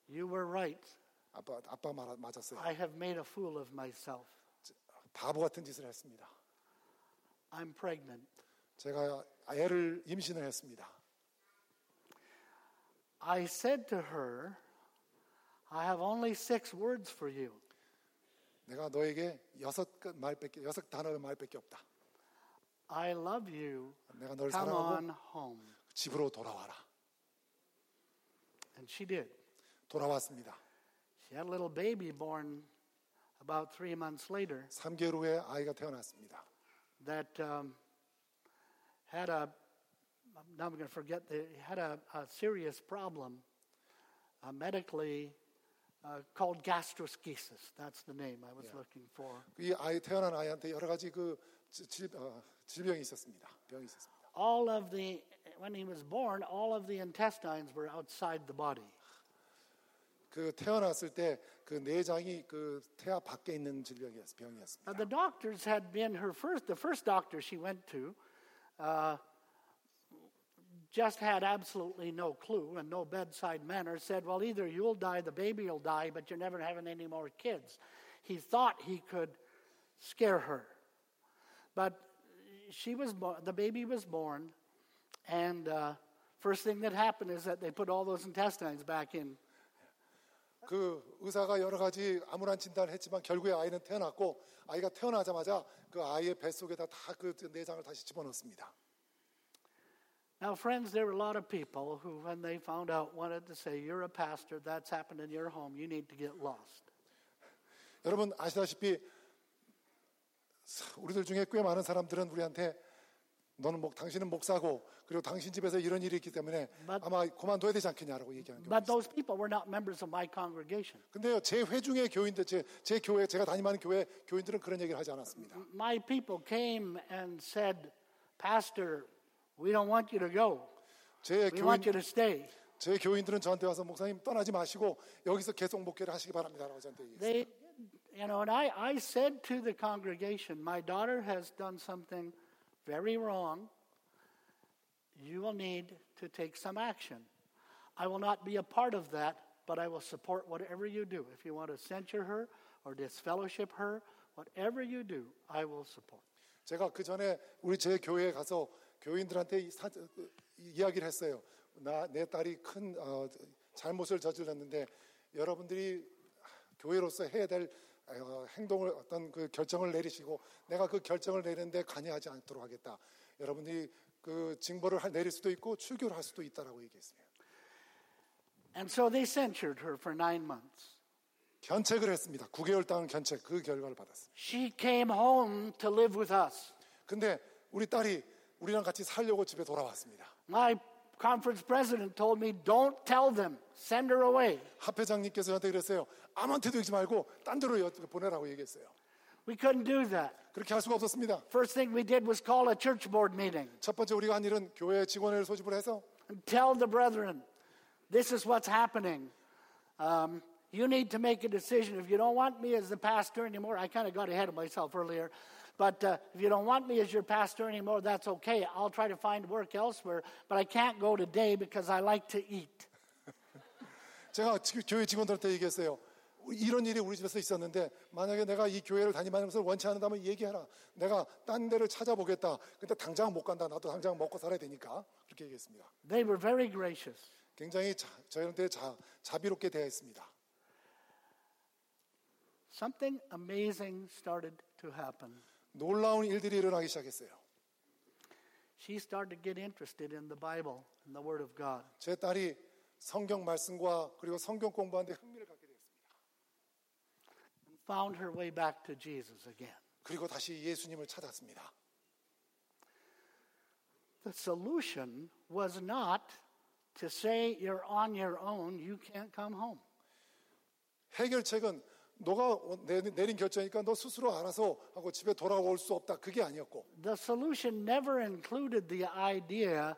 Speaker 1: you were right.
Speaker 2: 아빠, 아빠 말, 맞았어요.
Speaker 1: I have made a fool of myself.
Speaker 2: 바보 같은 짓을 했습니다.
Speaker 1: I'm pregnant.
Speaker 2: 제가 애를 임신을 했습니다.
Speaker 1: I said to her, I have only six words for you.
Speaker 2: 내가 너에게 여섯 끝 말밖에 여섯 단어의 말밖에 없다.
Speaker 1: I love you.
Speaker 2: 내가 너를
Speaker 1: Come
Speaker 2: 사랑하고
Speaker 1: on home.
Speaker 2: 집으로 돌아와라.
Speaker 1: And she did.
Speaker 2: 돌아왔습니다.
Speaker 1: She had a little baby born about three months later
Speaker 2: 3개월 후에 아이가 태어났습니다.
Speaker 1: that um, had a, now I'm going to forget, the, had a, a serious problem uh, medically uh, called gastroschisis. That's the name I was looking for.
Speaker 2: 이 아이 태어난 아이한테 여러 가지 그 지- 질, 어, 질병이 있었습니다. 병이 있었습니다.
Speaker 1: All of the, when he was born, all of the intestines were outside the body.
Speaker 2: 그 태어났을 때 그 내장이 그 태아 밖에 있는 질병이었 병이었습니다.
Speaker 1: Now, the doctors had been her first, the first doctor she went to uh, just had absolutely no clue and no bedside manner, said, Well, either you'll die, the baby will die, but you're never having any more kids. He thought he could scare her. But she was born, the baby was born, and uh, first thing that happened is that they put all those intestines back in.
Speaker 2: 그 의사가 여러 가지 암울한 진단을 했지만 결국에 아이는 태어났고 아이가 태어나자마자 그 아이의 뱃속에다 다 그 내장을 다시 집어넣습니다.
Speaker 1: Now, friends, there were a lot of people who, when they found out, wanted to say, You're a pastor, that's happened in your home, you need to get lost.
Speaker 2: 여러분 아시다시피 사- 우리들 중에 꽤 많은 사람들은 우리한테 너는 목 당신은 목사고 그리고 당신 집에서 이런 일이 있기 때문에
Speaker 1: 맞-
Speaker 2: 아마 그만둬야 되지 않겠냐라고 얘기하는 경우.
Speaker 1: But those people were not members of my congregation.
Speaker 2: 근데요 제 회중의 교인들 제, 제 교회 제가 다니는 교회 교인들은 그런 얘기를 하지 않았습니다.
Speaker 1: My people came and said, Pastor, we don't want you to go.
Speaker 2: 제
Speaker 1: We
Speaker 2: 교인
Speaker 1: want you to stay.
Speaker 2: 제 교인들은 저한테 와서 목사님 떠나지 마시고 여기서 계속 목회를 하시기 바랍니다라고 저한테 얘기했어요.
Speaker 1: They, you know, and I, I said to the congregation, My daughter has done something very wrong. You will need to take some action. I will not be a part of that, but I will support whatever you do. If you want to censure her or disfellowship her, whatever you do, I will support.
Speaker 2: 제가 그 전에 우리 제 교회에 가서 교인들한테 이 사, 야기를 했어요. 나 내 딸이 큰 어, 잘못을 저질렀는데 여러분들이 교회로서 해야 될 어, 행동을 어떤 그 결정을 내리시고 내가 그 결정을 내리는데 관여하지 않도록 하겠다. 여러분들이 그 징벌을 할- 내릴 수도 있고 출교를 할 수도 있다라고 얘기했습니다.
Speaker 1: And so they censured her for nine months.
Speaker 2: 견책을 했습니다. 9개월 동안 견책 그 결과를 받았습니다.
Speaker 1: She came home to live with us.
Speaker 2: 근데 우리 딸이 우리랑 같이 살려고 집에 돌아왔습니다.
Speaker 1: My conference president told me, Don't tell them, send her away.
Speaker 2: 하 회장님께서 저한테 그랬어요. 아무한테도 얘기 지 말고 딴 데로 여- 보내라고 얘기했어요.
Speaker 1: We couldn't do that.
Speaker 2: 그렇게 할 수가 없었습니다.
Speaker 1: First thing we did was call a church board meeting
Speaker 2: 첫 번째 우리가 한 일은 교회 직원회를 소집을 해서
Speaker 1: and tell the brethren, this is what's happening. Um, you need to make a decision. If you don't want me as the pastor anymore, I kind of got ahead of myself earlier, but uh, if you don't want me as your pastor anymore, that's okay. I'll try to find work elsewhere, but I can't go today because I like to eat.
Speaker 2: 제가 지- 교회 직원들한테 얘기했어요. 이런 일이 우리 집에서 있었는데 만약에 내가 이 교회를 다니는 것을 원치 않는다면 얘기해라. 내가 딴 데를 찾아보겠다. 근데 당장 못 간다. 나도 당장 먹고 살아야 되니까 그렇게 얘기했습니다.
Speaker 1: They were very gracious.
Speaker 2: 굉장히 자- 저희한테 자, 자비롭게 대했습니다.
Speaker 1: Something amazing started to happen.
Speaker 2: 놀라운 일들이 일어나기 시작했어요.
Speaker 1: She started to get interested in the Bible and the Word of God.
Speaker 2: 제 딸이 성경 말씀과 그리고 성경 공부하는데 흥미를 갖게 됐습니다.
Speaker 1: found her way back to Jesus again.
Speaker 2: 그리고 다시 예수님을 찾았습니다.
Speaker 1: The solution was not to say you're on your own, you can't come home.
Speaker 2: 해결책은 너가 내- 내린 결정이니까 너 스스로 알아서 하고 집에 돌아올 수 없다. 그게 아니었고
Speaker 1: The solution never included the idea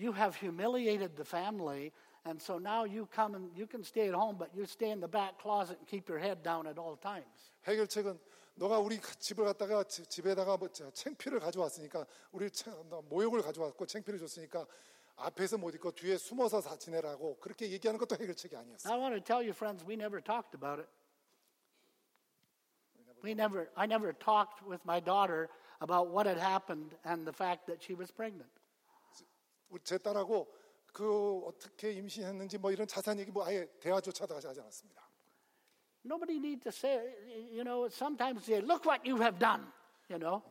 Speaker 1: you have humiliated the family, and so now you come and you can stay at home, but you stay in the back closet and keep your head down at all times.
Speaker 2: 해결책은 너가 우리 집을 갔다가 지- 집에다가 뭐 자- 창피를 가져왔으니까 우리 창- 나 모욕을 가져왔고 창피를 줬으니까 앞에서 못 있고 뒤에 숨어서 사 지내라고 그렇게 얘기하는 것도 해결책이 아니었어.
Speaker 1: I want to tell you, friends, we never talked about it. We never, I never talked with my daughter about what had happened and the fact that she was pregnant.
Speaker 2: 우리 제 딸하고 그 어떻게 임신했는지 뭐 이런 자세한 얘기 뭐 아예 대화조차도 하지 않았습니다.
Speaker 1: Nobody need to say, you know, sometimes say, look what you have done, you know.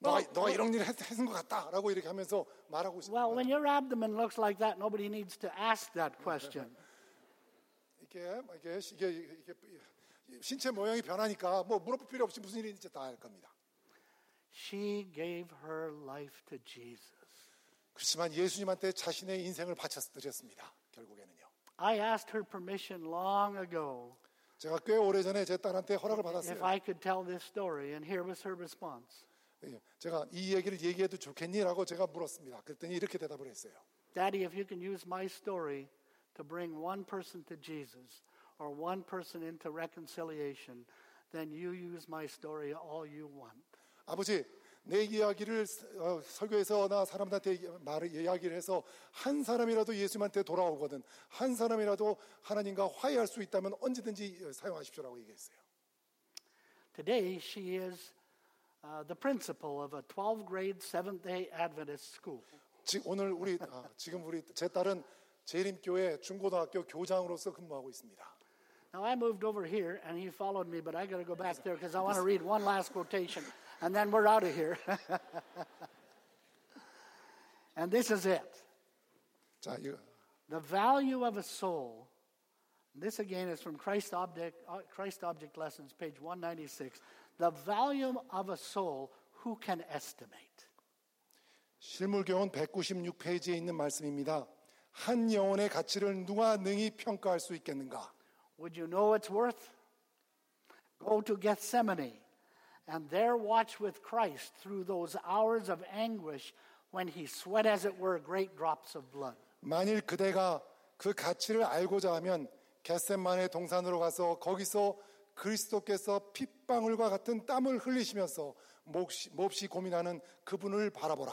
Speaker 2: 너가 너가 이런 일을 했- 했은 것 같다라고 이렇게 하면서 말하고 싶
Speaker 1: Well, when your abdomen looks like that, nobody needs to ask that question.
Speaker 2: 이게 뭐 이게 시- 이게 이게 신체 모양이 변하니까 뭐 물어볼 필요 없이 무슨 일인지 다 알 겁니다.
Speaker 1: she gave her life to Jesus.
Speaker 2: 그렇지만 예수님한테 자신의 인생을 바쳐드렸습니다. 결국에는요.
Speaker 1: I asked her permission long ago
Speaker 2: 제가 꽤 오래 전에 제 딸한테
Speaker 1: if
Speaker 2: 허락을 받았어요.
Speaker 1: I could tell this story, and here was her response.
Speaker 2: 예, 제가 이 얘기를 얘기해도 좋겠니라고 제가 물었습니다. 그랬더니 이렇게 대답을 했어요.
Speaker 1: Daddy, if you can use my story to bring one person to Jesus or one person into reconciliation, then you use my story all you want.
Speaker 2: 아버지, 내 이야기를 어, 설교해서나 사람들한테 얘기- 말을 이야기를 해서 한 사람이라도 예수님한테 돌아오거든 한 사람이라도 하나님과 화해할 수 있다면 언제든지 사용하십시오라고 얘기했어요.
Speaker 1: Today, she is uh, the principal of a 12th grade Seventh day Adventist school.
Speaker 2: 지, 오늘 우리 아, 지금 우리 제 딸은 재림교회 중고등학교 교장으로서 근무하고 있습니다.
Speaker 1: Now, I moved over here and he followed me, but I got to go back there because I want to read one last quotation and then we're out of here. and this is it
Speaker 2: 자, 이,
Speaker 1: the value of a soul. This again is from Christ Object, uh, Christ Object Lessons, page 196. The value of a soul, who can estimate?
Speaker 2: 실물교원 196페이지에 있는 말씀입니다. 한 영혼의 가치를 누가 능히 평가할 수 있겠는가?
Speaker 1: Would you know its worth? Go to Gethsemane and there watch with Christ through those hours of anguish when he sweat, as it were, great drops of blood.
Speaker 2: 만일 그대가 그 가치를 알고자 하면 겟셋만의 동산으로 가서 거기서 그리스도께서 핏방울과 같은 땀을 흘리시면서 몹시, 몹시 고민하는 그분을 바라보라.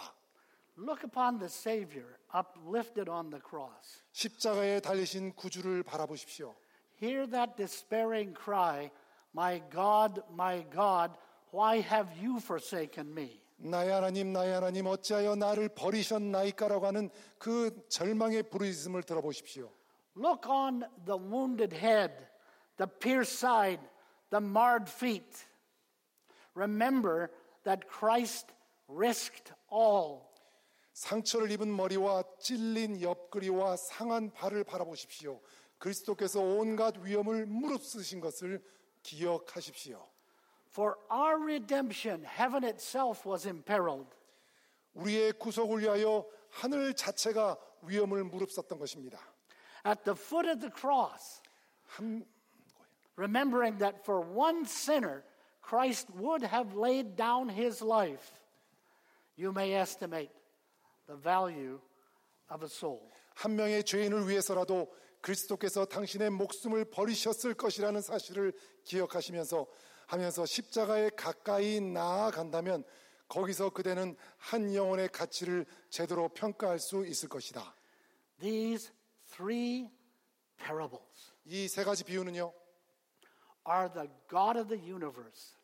Speaker 1: Look upon the Savior uplifted on the cross.
Speaker 2: 십자가에 달리신 구주를 바라보십시오.
Speaker 1: Hear that despairing cry, My God, my God, why have you forsaken me?
Speaker 2: 나의 하나님, 나의 하나님, 어찌하여 나를 버리셨나이까라고 하는 그 절망의 부르짖음을 들어보십시오.
Speaker 1: Look on the wounded head, the pierced side, the marred feet. Remember that Christ risked all.
Speaker 2: 상처를 입은 머리와 찔린 옆구리와 상한 발을 바라보십시오. 그리스도께서 온갖 위험을 무릅쓰신 것을 기억하십시오.
Speaker 1: For our redemption, heaven itself was imperiled.
Speaker 2: 우리의 구속을 위하여 하늘 자체가 위험을 무릅썼던 것입니다.
Speaker 1: At the foot of the cross, hmm,
Speaker 2: 한,
Speaker 1: remembering that for one sinner, Christ would have laid down his life, you may estimate the value of a soul.
Speaker 2: 한 명의 죄인을 위해서라도 그리스도께서 당신의 목숨을 버리셨을 것이라는 사실을 기억하시면서 하면서 십자가에 가까이 나아간다면 거기서 그대는 한 영혼의 가치를 제대로 평가할 수 있을 것이다.
Speaker 1: These three parables.
Speaker 2: 이 세 가지 비유는요.
Speaker 1: are the God of the universe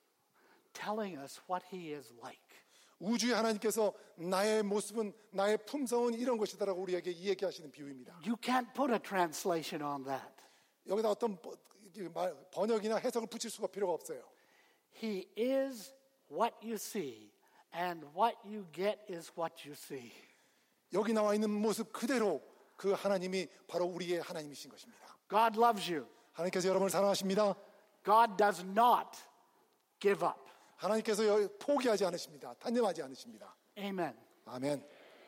Speaker 1: telling us what he is like.
Speaker 2: 우주의 하나님께서 나의 모습은 나의 품성은 이런 것이다라고 우리에게 이야기하시는 비유입니다.
Speaker 1: You can't put a translation on that.
Speaker 2: 여기다 어떤 번- 이게 말- 번역이나 해석을 붙일 수가 필요가 없어요.
Speaker 1: He is what you see, and what you get is what you see.
Speaker 2: 여기 나와 있는 모습 그대로 그 하나님이 바로 우리의 하나님이신 것입니다.
Speaker 1: God loves you.
Speaker 2: 하나님께서 여러분을 사랑하십니다.
Speaker 1: God does not give up.
Speaker 2: 하나님께서 여- 포기하지 않으십니다. 단념하지 않으십니다.
Speaker 1: Amen.
Speaker 2: 아멘.